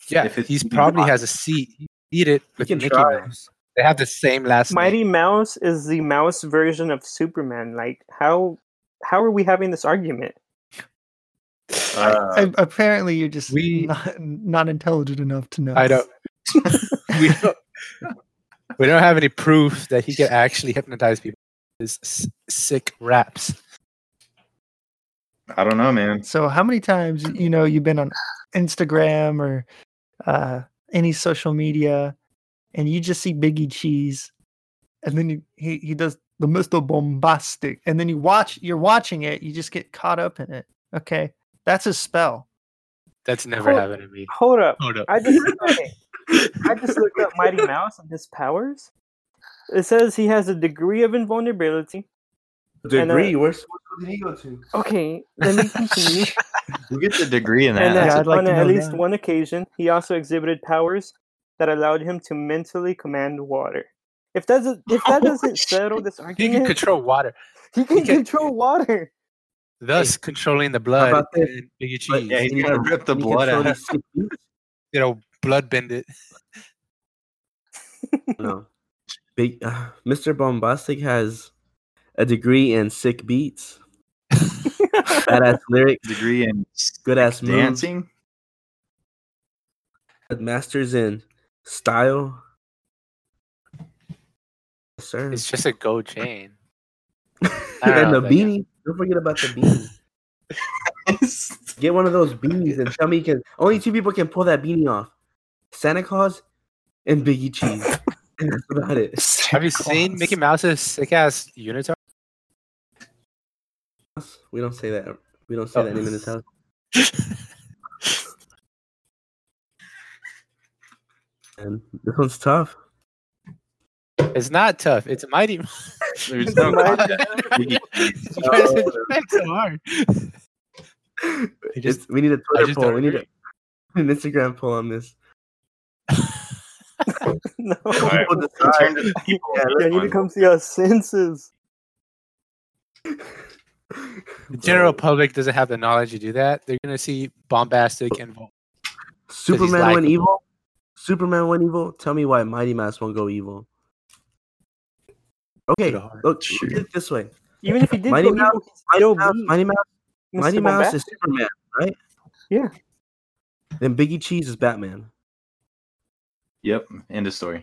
Yeah, if it's he's even probably hot. has a seat. He Eat it with can Mickey try. Mouse. They have the same last name. Mighty Mouse is the mouse version of Superman. Like how how are we having this argument? Uh, I, apparently, you're just (laughs) we- not, not intelligent enough to know. I don't. (laughs) we don't. We don't have any proof that he can actually hypnotize people. with His s- sick raps. I don't know, man. So, how many times you know you've been on Instagram or uh, any social media, and you just see Biggie Cheese, and then you, he he does the Mister Bombastic, and then you watch you're watching it, you just get caught up in it. Okay, that's his spell. That's never Hold- happened to me. Hold up. Hold up. I just okay, I just looked (laughs) up Mighty Mouse and his powers. It says he has a degree of invulnerability. Degree? Where's, school did he go to? Oh, Okay, let me continue. Who gets a degree in that? and Yeah, that That's I'd like on to at know least that. one occasion, he also exhibited powers that allowed him to mentally command water. If that doesn't, if that Oh, doesn't settle this He can argument, control water, he can can- control water. (laughs) thus controlling the blood. about this? And Biggie But- Cheese, yeah, he's gonna rip the He blood out. controlled of- his city? you know, blood bend it. (laughs) No. Big, uh, Mr. Bombastic has a degree in (laughs) sick beats, badass lyric, Degree in s- good ass moves, dancing. masters in style. Yes, sir. It's just a gold chain. I (laughs) don't and know the about that. beanie. Don't forget about the beanie. Get one of those beanies and tell me you can. Only two people can pull that beanie off: Santa Claus and Biggie (laughs) Cheese, and that's about it. Have you seen Mickey Mouse's sick ass unitard? We don't say that. We don't say that name in this house. And this one's tough. It's not tough. It's mighty. (laughs) There's no Mighty contact. Biggie Cheese. You guys are trying so hard. It's- we need a Twitter just poll. don't We need a, (laughs) an Instagram poll on this. no, All right, People in decide. terms of people, Yeah, (laughs) yeah, this you need one- to come see our senses. The general public doesn't have the knowledge to do that. They're gonna see bombastic and Vol- Superman went likeable. evil. Superman went evil. Tell me why Mighty Mouse won't go evil. Okay, the heart. look, Sure. look at it this way. Even if he did Mighty go evil, Mouse- he'd Mighty still Mouse, be Mighty Mouse, Mr. Mighty Mouse Bombastic. is Superman, right? Yeah. Then Biggie Cheese is Batman. Yep. End of story.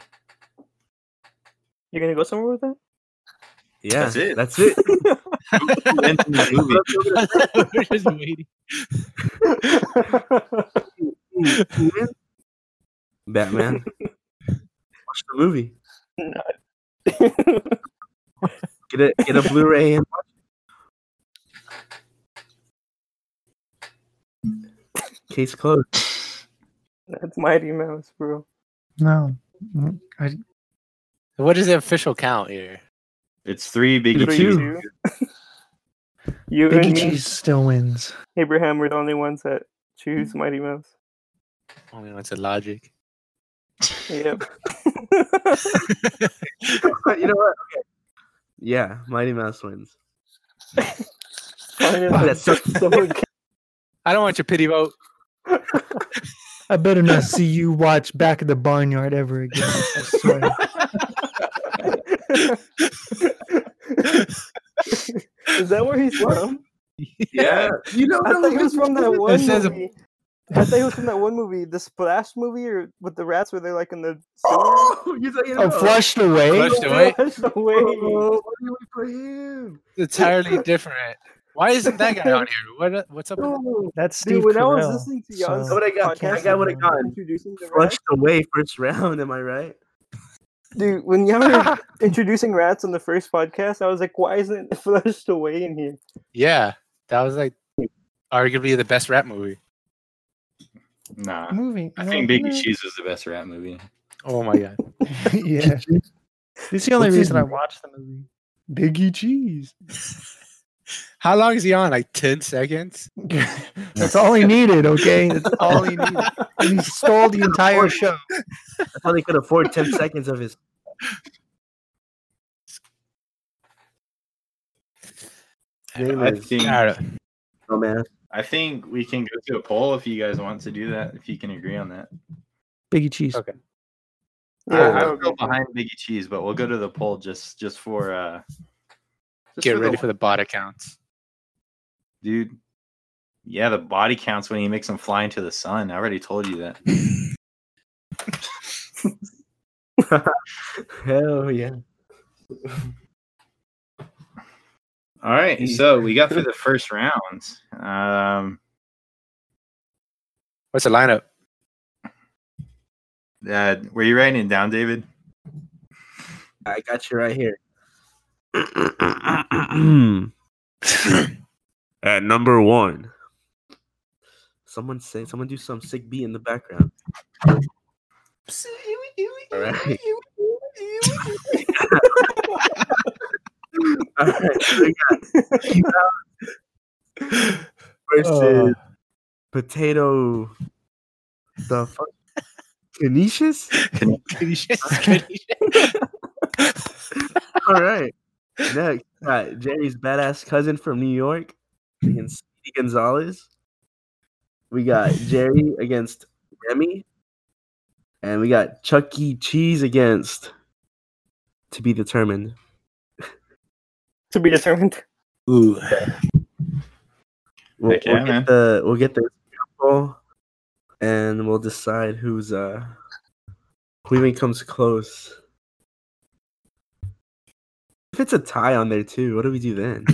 You're gonna go somewhere with that? Yeah, That's it. That's it. (laughs) Ends in the movie. (laughs) We're just waiting. Batman. (laughs) Watch the movie. No. (laughs) Get a get a Blu-ray and watch it. Case closed. (laughs) (laughs) That's Mighty Mouse, bro. No. What is the official count here? It's three Biggie Three, Cheese. two. (laughs) You Biggie and me, Cheese still wins. Abraham, were the only ones that choose Mighty Mouse. Only one said logic. Yep. you know what? Okay. Yeah, Mighty Mouse wins. Finally. That's so, (laughs) I don't want your pity vote. I better (laughs) not see you watch Back of the Barnyard ever again. I swear. Is that where he's from? Yeah. you don't I thought he was from that one says a- movie. I thought he was from that one movie, the Splash movie, or with the rats where they're like in the. sewer? Oh, (laughs) you're talking Oh, about flushed away. (laughs) Flushed away. Flash away. Oh, what do you wait for him? Entirely different. Why isn't that guy on here? What what's up? with that? Oh, No. That's Steve Dude, when I was Carell, listening to y'all's so- What I got? podcast, I got what I got. introducing the rats. Flushed away first round. Am I right? Dude, when y'all were introducing rats on the first podcast, I was like, why isn't (laughs) it flushed away in here? Yeah, that was like arguably the best rap movie. Nah. Moving. I no, think Biggie no. (laughs) Cheese was the best rap movie. Oh my god. yeah. This is the only What's his reason I name? watched the movie. Biggie (laughs) Cheese. How long is he on? Like ten seconds? That's all he needed, okay? That's all he (laughs) needed. And he stole the entire show. That's how they could afford ten seconds of his. His name I is- think Alright. Oh man, I think we can go to a poll if you guys want to do that, if you can agree on that. Biggie Cheese. Oh, Okay. I, I that would would go be fun. behind Biggie Cheese, but we'll go to the poll just just for uh just Get ready the, for the bot accounts. dude. Yeah, the body counts when he makes them fly into the sun. I already told you that. hell yeah. All right, so we got through the first round. Um, What's the (laughs) lineup? uh, were you writing it down, David? I got you right here. (clears throat) At number one, someone say, someone do some sick beat in the background. (laughs) All right. All right, so we got Hugh versus potato. The fuck, Canisius. (laughs) All right. Next, we got Jerry's badass cousin from New York against Speedy Gonzalez. We got Jerry against Remy, and we got Chuck E. Cheese against to be determined. To be determined. Ooh. We'll, Heck yeah, we'll man. get the we'll get the couple, and we'll decide who's uh who even comes close. If it's a tie on there too, what do we do (laughs) then?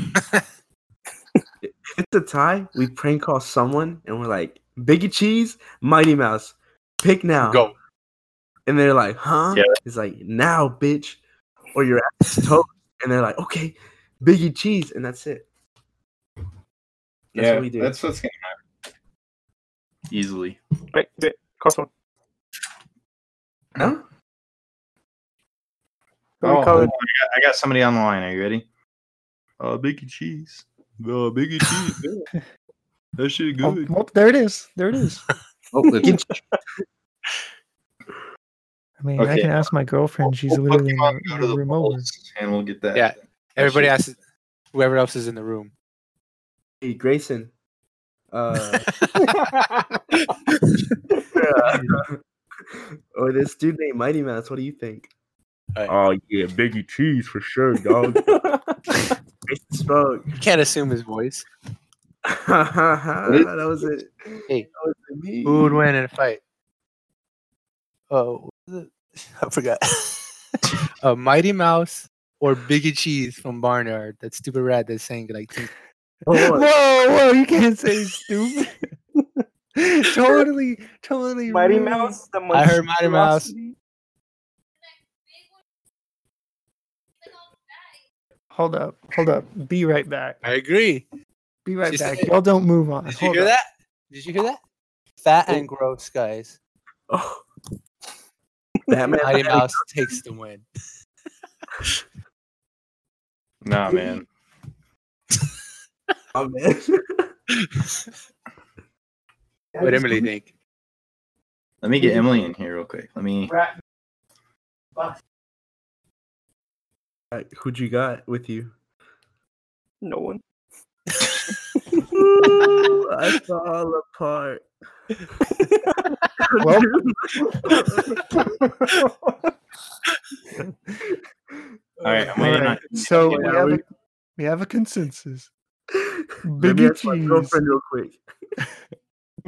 if it's a tie, we prank call someone and we're like, Biggie Cheese, Mighty Mouse, pick now. Go. And they're like, huh? Yeah. It's like, now, bitch, or your ass is toast. And they're like, okay, Biggie Cheese, and that's it. That's yeah, what we do. that's what's gonna happen. Easily. Wait, wait, cost one. Huh? What do Oh, we call I, it? got, I got somebody on the line. Are you ready? Uh, Biggie Cheese. Uh, Biggie Cheese. (laughs) yeah. That shit Oh, well, there it is. There it (laughs) is. Oh, that's- I mean, I Okay. can ask my girlfriend. She's we'll literally in Pokemon the- go in to the the room over. polls and we'll get that. Yeah. Everybody shit. else, whoever else is in the (laughs) room. Hey, Grayson. Uh, (laughs) or this dude named Mighty Mouse. What do you think? Alright. Oh yeah, Biggie Cheese for sure, dog. Grayson spoke. you can't assume his voice. (laughs) that was it. Hey. that was it, me. Who would win in a fight? Oh, what was it? I forgot. (laughs) a Mighty Mouse or Biggie Cheese from Barnyard? That stupid rat that sang like. two- Hold on. (laughs) Whoa, whoa! You can't say stupid. (laughs) totally, totally. (laughs) Mighty ruined. Mouse. The I heard Mighty Mouse. monstrosity? Hold up, hold up. Be right back. I agree. Be right She back. said- Y'all don't move on. Did you Hold hear up. that? Did you hear that? Fat and gross, guys. Oh. That man. (laughs) Mighty Mouse takes the win. Nah, man. Oh, man. What Emily think? Let me get Emily in here real quick. Let me. Alright, Who'd you got with you? No one. (laughs) Ooh, (laughs) I fall apart. Well, All right, I'm all waiting right. on. So Yeah, we now have we- a, we have a consensus. Let me Biggie ask my cheese. girlfriend real quick.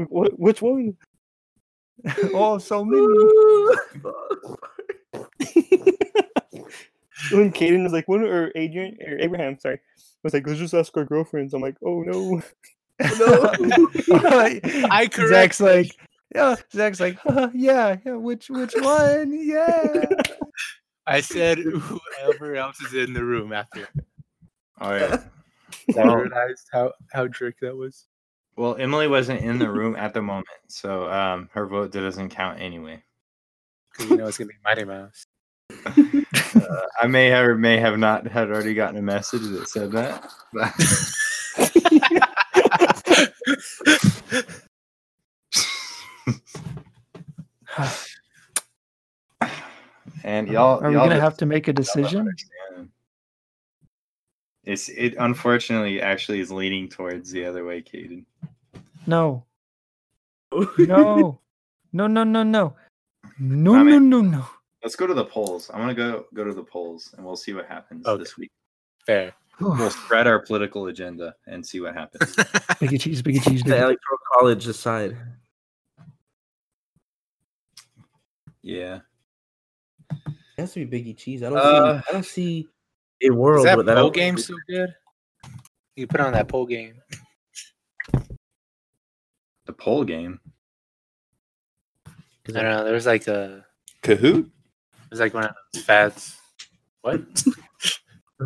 What, which one? (laughs) (laughs) Oh, (laughs) so many. Ooh. When Caden was like, when or Adrian or Abraham, sorry, was like, let's just ask our girlfriends. I'm like, oh no. (laughs) I correct. Zach's like, yeah. Zach's like, huh, yeah, yeah. Which which one? Yeah. (laughs) I said whoever else is in the room after. All right. I Well, realized how how jerk that was. well, Emily wasn't in the room at the moment, so um, her vote doesn't count anyway. 'Cause you know it's gonna be Mighty Mouse. I may have or may have not had already gotten a message that said that. (laughs) and (laughs) y'all, Are we y'all gonna just- have to make a y'all don't decision? understand. It's it unfortunately actually is leaning towards the other way, Caden. (laughs) No. (laughs) No. No. No. No. No. No. I No. mean- No. No. Let's go to the polls. I want to go go to the polls, and we'll see what happens Okay. this week. Fair. (sighs) We'll spread our political agenda and see what (laughs) happens. Biggie cheese. Biggie (laughs) cheese. the Biggie. electoral college aside. yeah. It has to be Biggie Cheese. I don't Uh, see. I don't see a world Is that without bowl game so good? You put on that pole game. The poll game. I don't know. There was like a Kahoot? it was like one of those fads. What?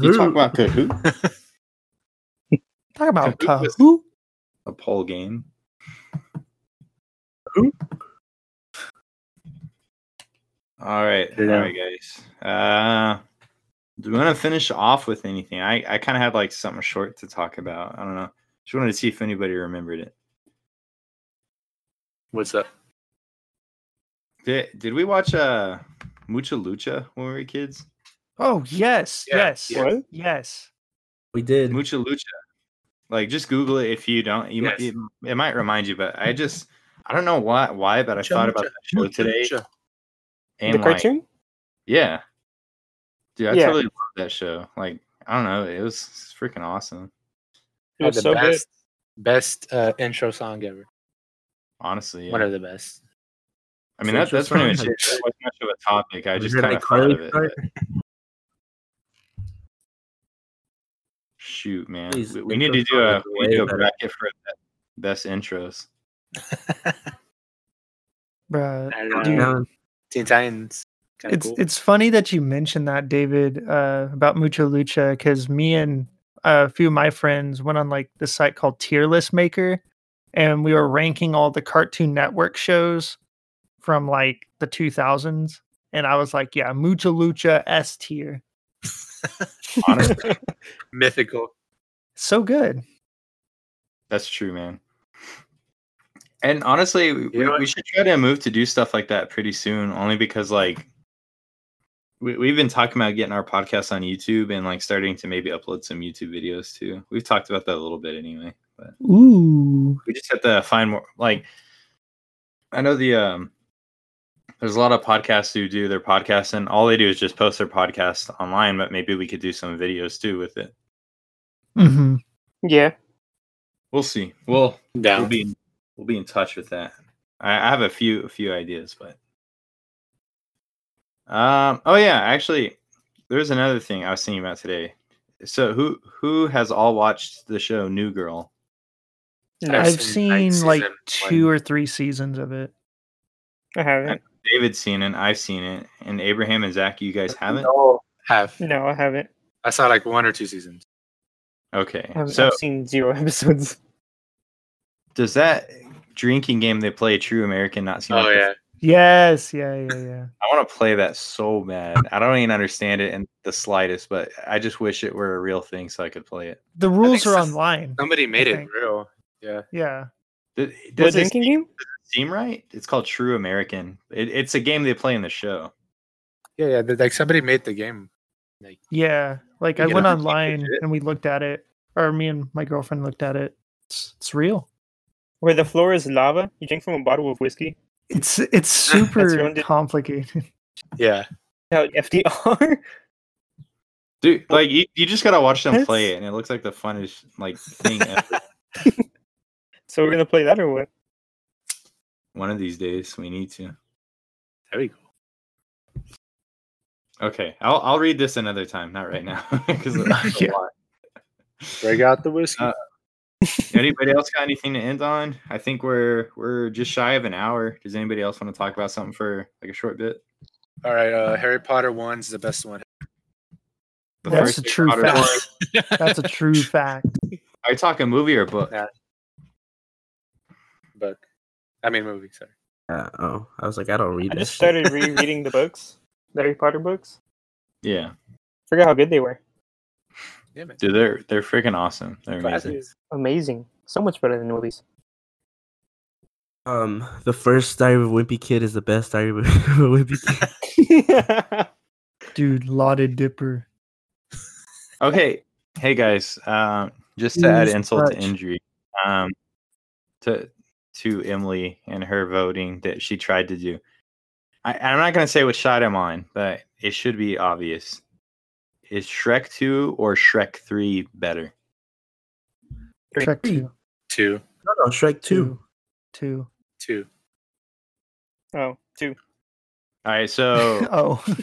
You talk about Kahoot? Talk about Kahoot (laughs) was- Kahoot. A poll game. Kahoot? All right. All Yeah. right, guys. Uh Do we want to finish off with anything? I, I kind of had like something short to talk about. I don't know. Just wanted to see if anybody remembered it. (laughs) What's up? Did, did we watch uh, Mucha Lucha when we were kids? Oh yes, Yeah, yes, yeah. What? yes. We did. Mucha Lucha. Like, just Google it if you don't. You Yes. might, it, it might remind you, but I just, I don't know why, why, but I Mucha thought about Lucha, that show today. Lucha. And the like, cartoon? yeah, dude, I Yeah. totally love that show. Like, I don't know, it was freaking awesome. It Had was the so good. best, best uh, intro song ever. Honestly, yeah. One of the best. I mean, that, Central that's pretty much Time. it. That wasn't much of a topic. I We just had kind a of thought Carly of it. cart. but- Shoot, man, Please, we, we Central need to do Time a is we need to do a way better. bracket for be- best intros. Bruh. And, uh, Dude, Now, Teen Titans. Kinda It's cool. it's funny that you mentioned that, David, uh, about Mucha Lucha, because me and a few of my friends went on like this site called Tier List Maker, and we were ranking all the Cartoon Network shows from like the 2000s, and I was like, yeah, Mucha Lucha S tier, (laughs) Honestly, mythical. so good. that's true, man. And honestly, we, know we, we should try to move to do stuff like that pretty soon, only because like we, we've been talking about getting our podcast on YouTube and like starting to maybe upload some YouTube videos too. We've talked about that a little bit anyway, but. Ooh, we just have to find more like i know the um there's a lot of podcasts who do their podcast and all they do is just post their podcast online but maybe we could do some videos too with it hmm Yeah. we'll see we'll we'll Down. be we'll be in touch with that i, I have a few a few ideas but um oh yeah actually there's another thing i was thinking about today so who who has all watched the show new girl I've I've seen, like, seen like season two or three seasons of it. I haven't. David's seen it. I've seen it. And Abraham and Zach, you guys haven't? No, Have no, I haven't. I saw like one or two seasons. Okay. I've, So I've seen zero (laughs) episodes. does that drinking game they play, True American, not seem Oh like the- yeah, Yes, yeah, yeah, yeah. I want to play that so bad. I don't even understand it in the slightest, but I just wish it were a real thing so I could play it. The rules are so- online. somebody made it think. real. Yeah, Yeah. Th- The Does it drinking game? seem right? It's called True American. It, it's a game they play in the show. yeah, yeah. but, Like somebody made the game. Yeah, like You I get went a bunch of online shit. and we looked at it, or me and my girlfriend looked at it. It's, it's real. Where the floor is lava? You drink from a bottle of whiskey? It's it's your super own di- complicated. Yeah, Now, FDR? Dude, like you, you just gotta watch them That's- play it, and it looks like the funnest like thing ever. (laughs) so we're going to play that or what? One of these days, we need to. there we go. Okay, I'll I'll read this another time, not right now, (laughs) because Yeah. Break out the whiskey. Uh, Anybody else got anything to end on? I think we're we're just shy of an hour. Does anybody else want to talk about something for like a short bit? All right, uh, Harry Potter one's the (laughs) best one. That's a Harry true Potter fact. one. That's a true fact. Are you talking movie or book? Yeah. book. I mean movie. Sorry. uh, oh, I was like, I don't read I this. just shit. started rereading the books, the Harry Potter books. Yeah, Forgot how good they were. Yeah, man. dude, they're they're freaking awesome. They're amazing. Classes. Amazing. So much better than (laughs) movies. Um, the first Diary of a Wimpy Kid is the best Diary of a (laughs) Wimpy Kid. Dude, lauded dipper. Okay, hey guys, um, just to add Jesus insult to Christ. injury, um, to to Emily and her voting that she tried to do. I, I'm not gonna say what shot I'm on, but it should be obvious. Is Shrek two or Shrek three better? Check two, Two, (laughs) no, no, Shrek two. two, two. two. oh, two. (laughs) All right, (laughs) so, all Oh,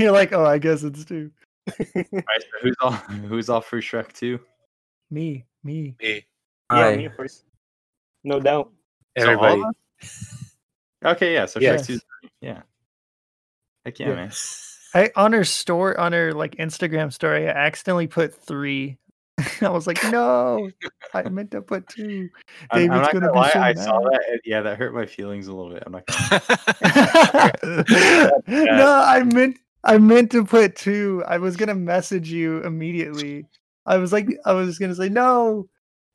you're like, oh, (laughs) I guess it's two. right, so who's all who's all for Shrek two? Me, me. Me. Yeah, Aye. me, of course. No (laughs) doubt. So all of Everybody. us? Okay, yeah. So Yes. Shrek two, yeah. Heck yeah, Yeah. man. I on her store on her like Instagram story, I accidentally put three. (laughs) I was like, no, I meant to put two. I'm, I'm David's not gonna gonna be lie. so I saw mad. that. and yeah, (laughs) that hurt my feelings a little bit. I'm not. Gonna no, I meant I meant to put two. I was gonna message you immediately. I was like, I was gonna say no,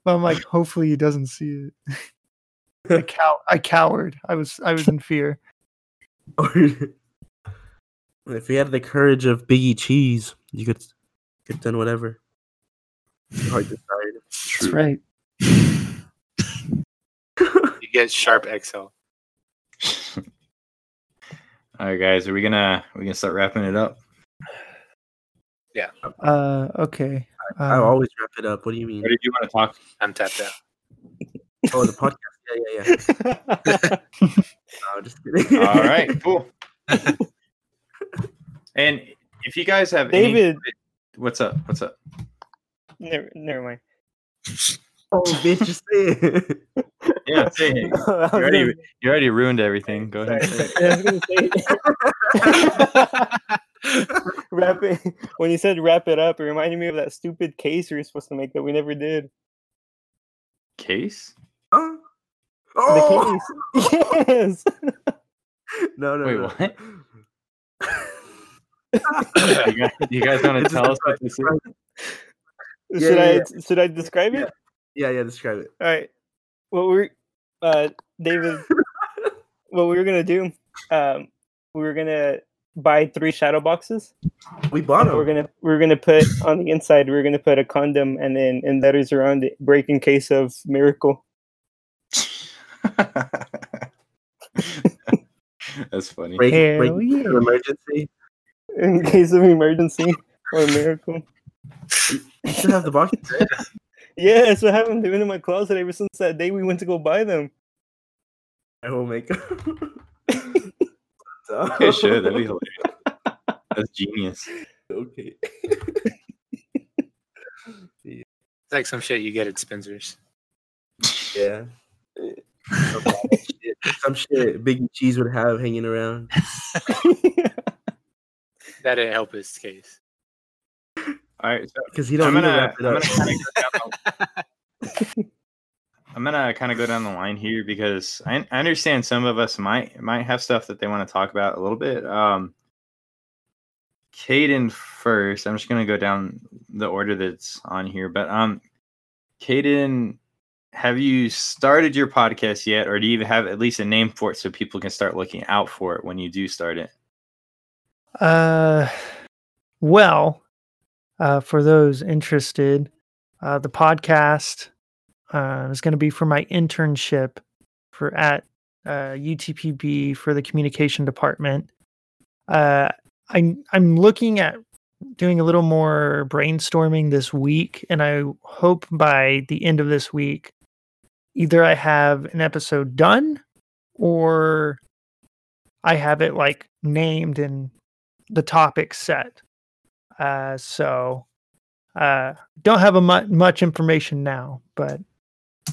but I'm like, hopefully he doesn't see it. (laughs) I cow, I cowered. I was, I was in fear. Or (laughs) if you had the courage of Biggie Cheese, you could could have done whatever. Your heart desired. That's right. You get sharp XL. All right, guys, are we gonna we gonna start wrapping it up? Uh, okay. I Um, always wrap it up. What do you mean? Or did you want to (laughs) talk? I'm tapped out. (coughs) (laughs) Oh, the podcast. Yeah, yeah, yeah. No, just kidding. (laughs) All right, cool. and if you guys have any- David. what's up? What's up? Never, never (laughs) mind. Oh, bitch, just say it. (laughs) Yeah, say it. I was You already, gonna- you already ruined everything. Go ahead. and (laughs) say it. I was gonna say- (laughs) wrap it. When you said wrap it up, it reminded me of that stupid case we were supposed to make that we never did. Case? Huh? The Oh, case. (laughs) yes. (laughs) no, no, Wait, no. what? You guys, you guys want to It's a tell us what this is? Yeah, should yeah, I yeah. should I describe it? yeah, yeah. Describe it. All right. What we're uh David what we were gonna do, um we were gonna buy three shadow boxes. We bought We're them. gonna we're gonna put on the inside we're gonna put a condom and then and letters around it, break in case of miracle. (laughs) That's funny. Break, break Hell into yeah. an emergency. In (laughs) case of emergency or miracle. You still have the box. right? Yeah, that's what happened. They've been in my closet ever since that day we went to go buy them. (laughs) I will make. (laughs) (laughs) Okay, sure. That'd be hilarious. That's genius. okay. It's like some shit you get at Spencer's. Yeah. Some bad shit- Some shit Biggie Cheese would have hanging around. That didn't help his case. All right. So Because he I'm don't need to gonna, wrap I'm it up. gonna kind of go down (laughs) the, (laughs) I'm gonna kind of go down the line here because I, I understand some of us might might have stuff that they want to talk about a little bit. Um, Caden first. I'm just gonna go down the order that's on here, but um, Caden, have you started your podcast yet, or do you have at least a name for it so people can start looking out for it when you do start it? Uh, well, uh, for those interested, uh, the podcast uh, is going to be for my internship for at uh, UTPB for the communication department. Uh, I'm I'm looking at doing a little more brainstorming this week, and I hope by the end of this week, either I have an episode done, or I have it like named and the topic set. Uh, so uh, don't have a mu- much information now, but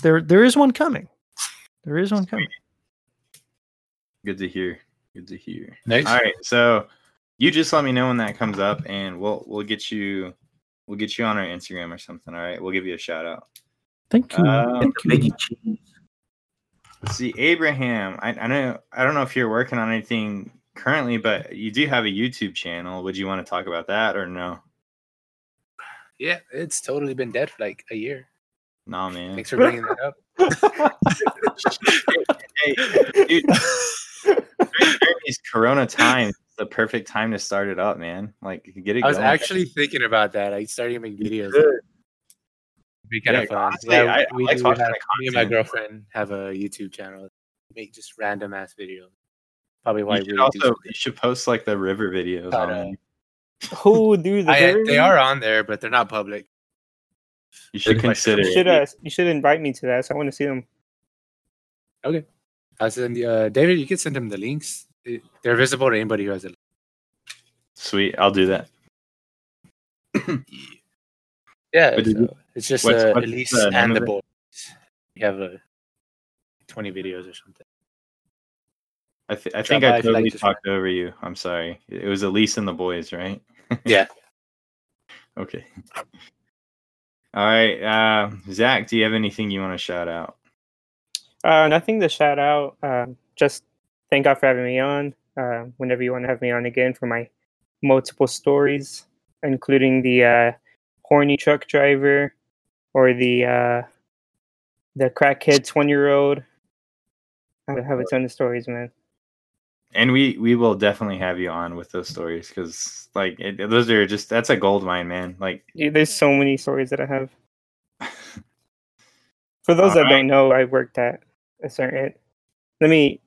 there there is one coming. There is one coming. Good to hear. Good to hear. Nice. All right, so you just let me know when that comes up, and we'll we'll get you we'll get you on our Instagram or something. All right, we'll give you a shout out. Thank you. Um, Thank you. (laughs) Biggie Cheese. Let's see, Abraham. I, I know I don't know if you're working on anything currently, but you do have a YouTube channel. Would you want to talk about that or no? Yeah, it's totally been dead for like a year. Nah, man. (laughs) Thanks for bringing that up. (laughs) Hey, dude, during during these Corona times, it's the perfect time to start it up, man. Like get it I was going. actually thinking about that. I started to make videos. Good. Be kind Yeah, of fun. honestly, I- I like do watching have- the me and my content. girlfriend have a YouTube channel. Make just random ass videos. Probably why you we should do also something. you should post like the river videos. Oh, on no. there. Who do Oh, the I, very- Oh, they are on there, but they're not public. You should Like, consider You should it. uh, you should invite me to that. So I want to see them. I send uh, David. You can send him the links. It- They're visible to anybody who has a link. Sweet, I'll do that. Yeah, But did you- so it's just what's- uh, what's Elise the name and the of it? boys. We have uh, twenty videos or something. I, th- I Drop think by I if you like totally to try. talked over you. I'm sorry. It was Elise and the boys, right? (laughs) Yeah. Okay. All right, uh, Zach. Do you have anything you want to shout out? Uh, nothing to shout out. Um, just thank God for having me on. Uh, whenever you want to have me on again for my multiple stories, including the uh, horny truck driver or the uh, the crackhead twenty year old. I have a ton of stories, man. and we we will definitely have you on with those stories because like it, those are just that's a gold mine man like Yeah, There's so many stories that (laughs) I have. For those that Alright. don't know, I worked at a certain. Let me.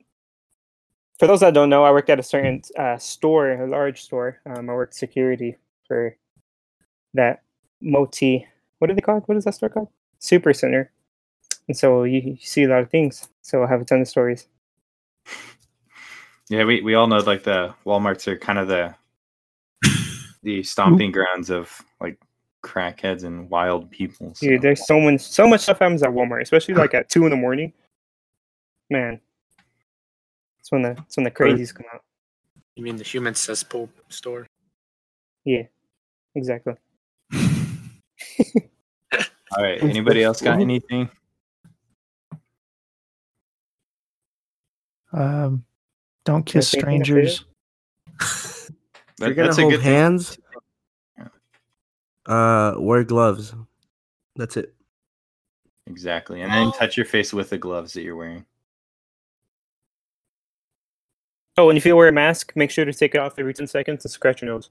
For those that don't know, I worked at a certain uh, store, a large store. Um, I worked security for that multi. What are they called? What is that store called? Super Center. And so you, you see a lot of things. So I have a ton of stories. yeah we, we all know like the walmarts are kind of (laughs) the the stomping grounds of like crackheads and wild people so. Dude, there's so much, so much stuff happens at Walmart, especially like at two in the morning. Man, that's when the that's when the crazies come out. You mean the human cesspool store? Exactly. all right anybody else (laughs) got anything Um, don't kiss think that's it. strangers. That- you're gonna hold hands, uh, wear gloves. That's it. exactly and then touch your face with the gloves that you're wearing Oh, and if you wear a mask, make sure to take it off every ten seconds and scratch your nose.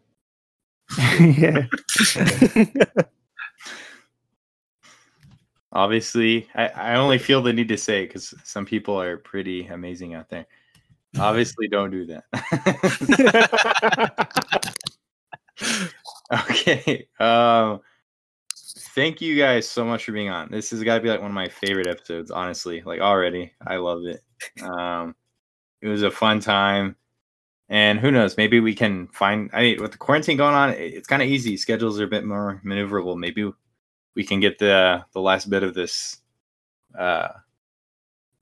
yeah. obviously i, I only feel the need to say because some people are pretty amazing out there obviously don't do that (laughs) okay um thank you guys so much for being on this has got to be like one of my favorite episodes honestly like already i love it um it was a fun time and who knows maybe we can find i mean with the quarantine going on it- it's kind of easy schedules are a bit more maneuverable maybe we can get the the last bit of this uh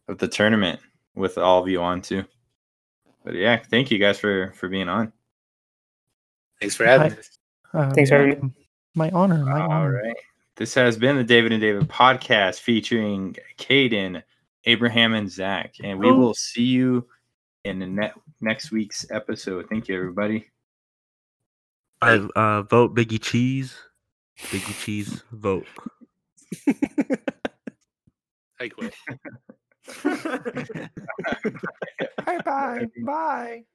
of the tournament with all of you on too but yeah thank you guys for for being on Thanks for having Hi. us. Um, Thanks for having me. welcome. My honor. My All honor. right. This has been the David and David podcast featuring Caden, Abraham, and Zach. And we will see you in the ne- next week's episode. Thank you, everybody. I uh, vote Biggie Cheese. Biggie Cheese, vote. I quit. Bye bye. Bye.